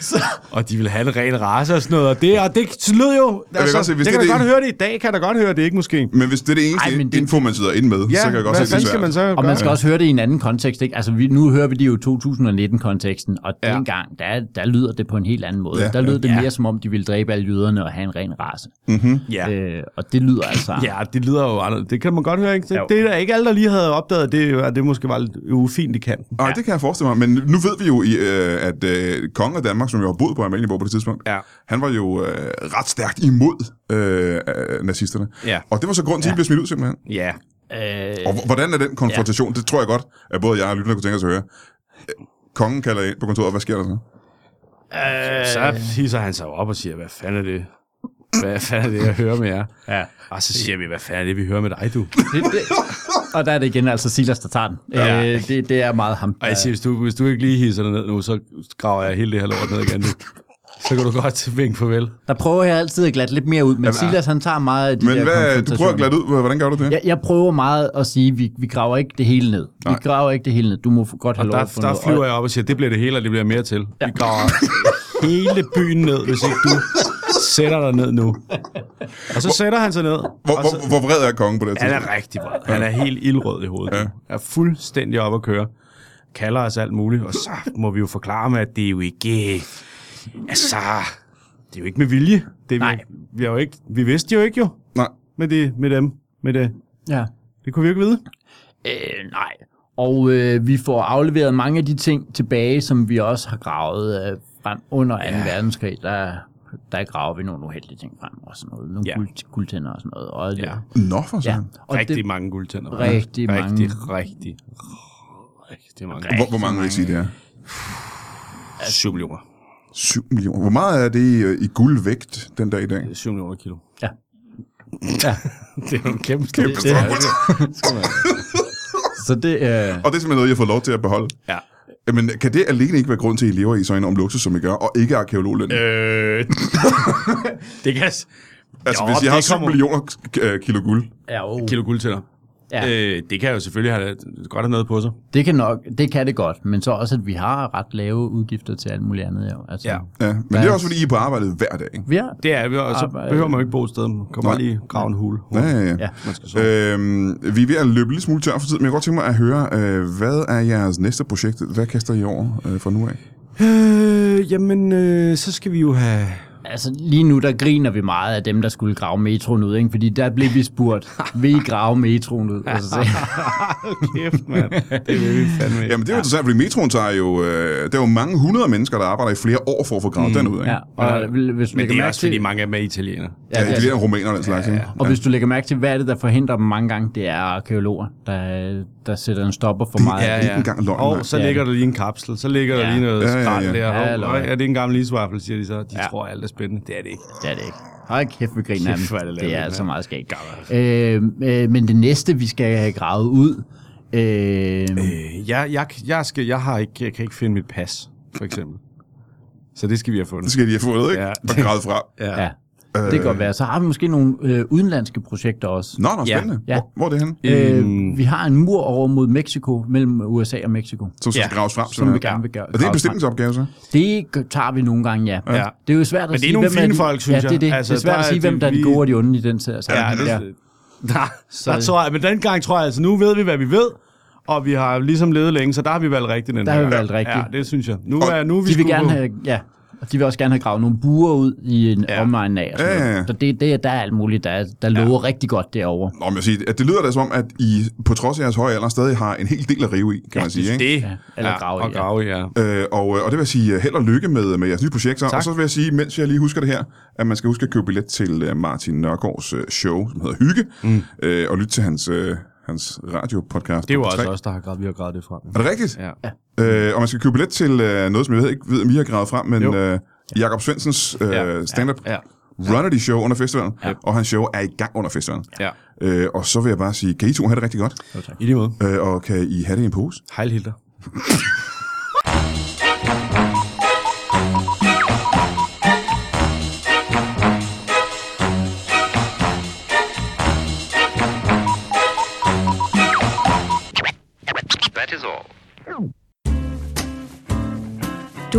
Speaker 2: Så. Og de ville have en ren race og sådan noget, og det, og det lød jo... altså,
Speaker 1: godt se, hvis
Speaker 2: det
Speaker 1: det
Speaker 2: kan
Speaker 1: er
Speaker 2: da
Speaker 1: det-
Speaker 2: godt høre det i dag, kan jeg da godt høre det, ikke måske?
Speaker 1: Men hvis det er det eneste
Speaker 3: Ej, men
Speaker 1: Ej,
Speaker 3: det-
Speaker 1: info, man sidder inde med, så kan jeg godt se,
Speaker 2: hvad
Speaker 1: at det er
Speaker 2: fanden skal
Speaker 1: svært.
Speaker 2: man så
Speaker 3: og
Speaker 2: gøre?
Speaker 3: man skal også høre det i en anden kontekst. Ikke? Altså, vi, nu hører vi det jo i 2019-konteksten, og ja.
Speaker 2: Ja.
Speaker 3: dengang, der, der lyder det på en helt anden måde.
Speaker 1: Ja,
Speaker 3: Ja, der lød det
Speaker 2: ja.
Speaker 3: mere som om, de ville dræbe alle jøderne og have en ren race.
Speaker 2: Ja.
Speaker 3: Øh, og det lyder altså...
Speaker 2: Ja, det lyder jo anderledes. Det kan man godt høre, ikke? Det,
Speaker 3: Jo.
Speaker 2: det er der ikke alle, der lige havde opdaget, det, er- det måske var lidt ufint i kanten.
Speaker 1: Nej, det kan jeg forestille mig. Men nu ved vi jo, i, øh, at øh, kongen af Danmark, som jo har boet på Amalienborg på det tidspunkt,
Speaker 2: Ja.
Speaker 1: han var jo øh, ret stærkt imod øh, øh, nazisterne.
Speaker 2: Ja.
Speaker 1: Og det var så grund til, at I blev smidt ud simpelthen.
Speaker 2: Ja.
Speaker 3: Øh,
Speaker 1: Og h- hvordan er den konfrontation? Ja. Det tror jeg godt, at både jeg og lytterne kunne tænke os at høre. Øh, Kongen kalder ind på kontoret, hvad sker der så?
Speaker 2: Så hisser han sig jo op og siger, hvad fanden er det? Hvad fanden er det, jeg hører med jer?
Speaker 3: ja.
Speaker 2: Og så siger vi, hvad fanden er det, vi hører med dig, du?
Speaker 3: det, det, og der er det igen altså Silas, der tager den.
Speaker 2: Ja.
Speaker 3: Øh, det, det er meget ham.
Speaker 2: Og jeg siger, hvis du, hvis du ikke lige hisser dig ned nu, så graver jeg hele det her lort ned igen. du. Så kan du godt vinke farvel.
Speaker 3: Der prøver jeg altid at glatte lidt mere ud, men Silas han tager meget af de
Speaker 1: Men
Speaker 3: der
Speaker 1: hvad, du prøver
Speaker 3: konfrontationer.
Speaker 1: at glatte ud, hvordan gør du det?
Speaker 3: Jeg, jeg prøver meget at sige, at vi, vi graver ikke det hele ned. Nej. Vi graver ikke det hele ned. Du må godt have lov
Speaker 2: Der,
Speaker 3: at få
Speaker 2: der
Speaker 3: noget.
Speaker 2: flyver jeg op og siger, det bliver det hele, og det bliver mere til. Vi graver hele byen ned, hvis ikke du sætter dig ned nu. Og så sætter han sig ned.
Speaker 1: Hvor,
Speaker 2: og
Speaker 1: hvor,
Speaker 2: så,
Speaker 1: hvor vred er kongen på det her
Speaker 2: han
Speaker 1: tidspunkt?
Speaker 2: er rigtig vred. Han er helt ildrød i hovedet. nu. Er fuldstændig op at køre. Kalder os alt muligt. Og så må vi jo forklare ham, at det er jo ikke... Altså, det er jo ikke med vilje. Det er
Speaker 3: Nej.
Speaker 2: Vi, vi, er jo ikke, vi vidste jo ikke jo.
Speaker 1: Nej.
Speaker 2: med, det, med dem. Med det.
Speaker 3: Ja.
Speaker 2: det kunne vi jo ikke vide.
Speaker 3: Øh, nej. Og øh, vi får afleveret mange af de ting tilbage, som vi også har gravet øh, frem under 2. Ja. verdenskrig. Der, der graver vi nogle uheldige ting frem og sådan noget. Nogle ja.
Speaker 2: Ja.
Speaker 3: guld, guldtænder og sådan noget. Og,
Speaker 2: Ja.
Speaker 1: Nå for
Speaker 3: ja.
Speaker 1: sådan.
Speaker 3: Og
Speaker 2: rigtig
Speaker 3: det,
Speaker 2: mange guldtænder.
Speaker 3: Rigtig mange.
Speaker 2: Rigtig, rigtig, rigtig mange.
Speaker 1: Hvor, hvor mange vil I sige, det er?
Speaker 2: Okay. 7 millioner.
Speaker 1: 7 millioner. Hvor meget er det i, øh, i guldvægt den dag i dag?
Speaker 2: 7 millioner kilo.
Speaker 3: ja.
Speaker 2: Det er jo en kæmpe stor.
Speaker 1: Kæmpe stort.
Speaker 3: Så det,
Speaker 1: Og det
Speaker 2: øh,
Speaker 3: øh,
Speaker 1: er simpelthen noget, jeg har fået lov til at beholde.
Speaker 2: Ja.
Speaker 1: Jamen, kan det alene ikke være grund til, at I lever i så enorm luksus, som I gør, og ikke arkeologløn? Øh,
Speaker 2: Øh, det kan s-
Speaker 1: altså,
Speaker 2: jo,
Speaker 1: hvis I
Speaker 2: det
Speaker 1: har 7
Speaker 2: kommer-
Speaker 1: millioner k- øh, kilo guld,
Speaker 3: Ja, oh.
Speaker 2: kilo guld til dig.
Speaker 3: Ja.
Speaker 2: Øh, det kan jo selvfølgelig have godt have noget på sig.
Speaker 3: det, kan nok, det kan det godt, men så også, at vi har ret lave udgifter til alt muligt andet. Jo. Altså,
Speaker 2: Ja.
Speaker 1: ja, men det er også, fordi I er på arbejde hver dag. ikke?
Speaker 3: Vi har,
Speaker 2: Det er vi, og så
Speaker 3: Arbejde.
Speaker 2: behøver man jo ikke bo et sted. Man kan bare
Speaker 1: Nej.
Speaker 2: lige grave en hule.
Speaker 1: Ja, ja, ja. ja.
Speaker 3: ja.
Speaker 2: Man skal så.
Speaker 1: Øhm, vi er ved at løbe lidt smule tør for tid, men jeg kunne godt tænke mig at høre, øh, hvad er jeres næste projekt? Hvad kaster I over øh, fra nu af?
Speaker 2: Øh, jamen, øh, så skal vi jo have...
Speaker 3: Altså lige nu, der griner vi meget af dem, der skulle grave metroen ud, ikke? fordi der blev vi spurgt, vil I grave metroen ud? Altså, så,
Speaker 2: Kæft, mand. Det vil vi fandme.
Speaker 1: Jamen, det er jo interessant, fordi metroen tager jo... Øh, der er jo mange hundrede mennesker, der arbejder i flere år for at få gravet mm, den ud, ikke?
Speaker 3: ja.
Speaker 1: Ja,
Speaker 3: Og vil- hvis du
Speaker 2: Men
Speaker 3: lægger
Speaker 2: det er
Speaker 3: mærke
Speaker 2: også, fordi
Speaker 3: til,
Speaker 2: mange af dem er italienere.
Speaker 3: ja, det
Speaker 1: ja de
Speaker 3: er,
Speaker 1: der
Speaker 3: altså-
Speaker 1: romaner og den slags, ikke?
Speaker 3: og hvis du lægger mærke til, hvad er det, der forhindrer dem mange gange, det er arkeologer, der, der sætter en stopper for meget.
Speaker 1: er ikke engang løgn, mand.
Speaker 2: Og så
Speaker 3: Ja.
Speaker 2: ligger der lige en kapsel, så ligger der
Speaker 3: Ja.
Speaker 2: lige noget
Speaker 1: Ja, ja, ja.
Speaker 2: skrald der.
Speaker 3: Ja,
Speaker 2: Ja,
Speaker 3: eller
Speaker 2: ja,
Speaker 3: hvad?
Speaker 2: ja, det er en gammel isvaffel, siger de så. De
Speaker 3: Ja.
Speaker 2: tror, alt er spændende. Det er det ikke.
Speaker 3: Det er det ikke. Hold kæft, vi griner
Speaker 2: Kæft, hvor er
Speaker 3: af
Speaker 2: det
Speaker 3: dem.
Speaker 2: latterligt,
Speaker 3: Det er altså
Speaker 2: mand. altså.
Speaker 3: meget skægt. Øh, øh, men det næste, vi skal have gravet ud, øh,
Speaker 2: Øh, jeg, jeg, jeg, skal, jeg, har ikke, jeg kan ikke finde mit pas, for eksempel. Så det skal vi have
Speaker 1: Det
Speaker 2: fundet.
Speaker 1: skal de have fået, ikke?
Speaker 2: Ja.
Speaker 1: Og gravet fra.
Speaker 3: ja, det kan godt være. Så har vi måske nogle øh, udenlandske projekter også.
Speaker 1: Nå, nå, spændende.
Speaker 3: Ja.
Speaker 1: Hvor, hvor er det henne?
Speaker 3: Øh,
Speaker 2: mm.
Speaker 3: vi har en mur over mod Mexico, mellem USA og Mexico.
Speaker 1: Som skal
Speaker 2: Ja.
Speaker 1: ja. graves frem.
Speaker 3: Som vi
Speaker 1: simpelthen.
Speaker 3: gerne vil gøre.
Speaker 1: Er det en bestillingsopgave, så?
Speaker 3: Det g- tager vi nogle gange, ja.
Speaker 2: Ja.
Speaker 3: Det er jo svært at
Speaker 2: Men det er
Speaker 3: sige,
Speaker 2: nogle
Speaker 3: hvem
Speaker 2: fine
Speaker 3: de,
Speaker 2: folk, synes
Speaker 3: ja, det er det.
Speaker 2: jeg.
Speaker 3: Altså,
Speaker 2: Altså,
Speaker 3: det er svært
Speaker 2: der
Speaker 3: at
Speaker 2: er
Speaker 3: sige, hvem
Speaker 2: det-
Speaker 3: der er
Speaker 2: vi-
Speaker 3: den gode og de onde i den her. Altså,
Speaker 2: Ja, det,
Speaker 3: ja.
Speaker 2: Nej, der tror jeg, men den gang tror jeg, altså nu ved vi, hvad vi ved, og vi har ligesom levet længe, så der har vi valgt rigtigt den
Speaker 3: Der
Speaker 2: her
Speaker 3: har vi
Speaker 2: gang.
Speaker 3: valgt rigtigt.
Speaker 2: Ja, det synes jeg. Nu er, nu er vi
Speaker 3: De vil
Speaker 2: sgu
Speaker 3: gerne
Speaker 2: på.
Speaker 3: have, ja, og de vil også gerne have gravet nogle buer ud i en
Speaker 2: Ja.
Speaker 3: ja. omegn af. Og sådan
Speaker 1: Ja, ja,
Speaker 3: noget.
Speaker 1: ja.
Speaker 3: Så det, det, der er alt muligt, der, er- der lover rigtig godt derovre.
Speaker 1: Nå, men jeg siger, at det lyder da som om, at I på trods af jeres høje alder stadig har en hel del at rive i, kan man sige. Ikke?
Speaker 2: Det.
Speaker 3: Ja, eller grave i,
Speaker 2: og
Speaker 3: ja.
Speaker 2: grave, i, ja.
Speaker 1: Øh, og, øh, og det vil jeg sige øh, held og lykke med, med jeres nye projekt. Så. Og så vil jeg sige, mens jeg lige husker det her, at man skal huske at købe billet til øh, Martin Nørgaards øh, show, som hedder Hygge, mm. øh, og lytte til hans, øh, hans radiopodcast.
Speaker 2: Det var
Speaker 1: på
Speaker 2: også
Speaker 1: P3.
Speaker 2: os, der har gravet, vi har gravet det frem.
Speaker 1: Er det rigtigt?
Speaker 2: Ja.
Speaker 1: Øh, og man skal købe billet til øh, noget, som jeg ved ikke ved, om I har gravet frem, men
Speaker 2: Jo.
Speaker 1: øh, Jakob Svensens øh,
Speaker 2: Ja.
Speaker 1: stand-up
Speaker 2: Ja.
Speaker 1: Runity Show under festivalen, ja. og hans show er i gang under festivalen.
Speaker 2: Ja.
Speaker 1: Øh, og så vil jeg bare sige, kan I to have det rigtig godt,
Speaker 2: I lige måde.
Speaker 1: øh, og kan I have det i en pose?
Speaker 2: Hejl Hilder.
Speaker 4: That is all.
Speaker 5: Du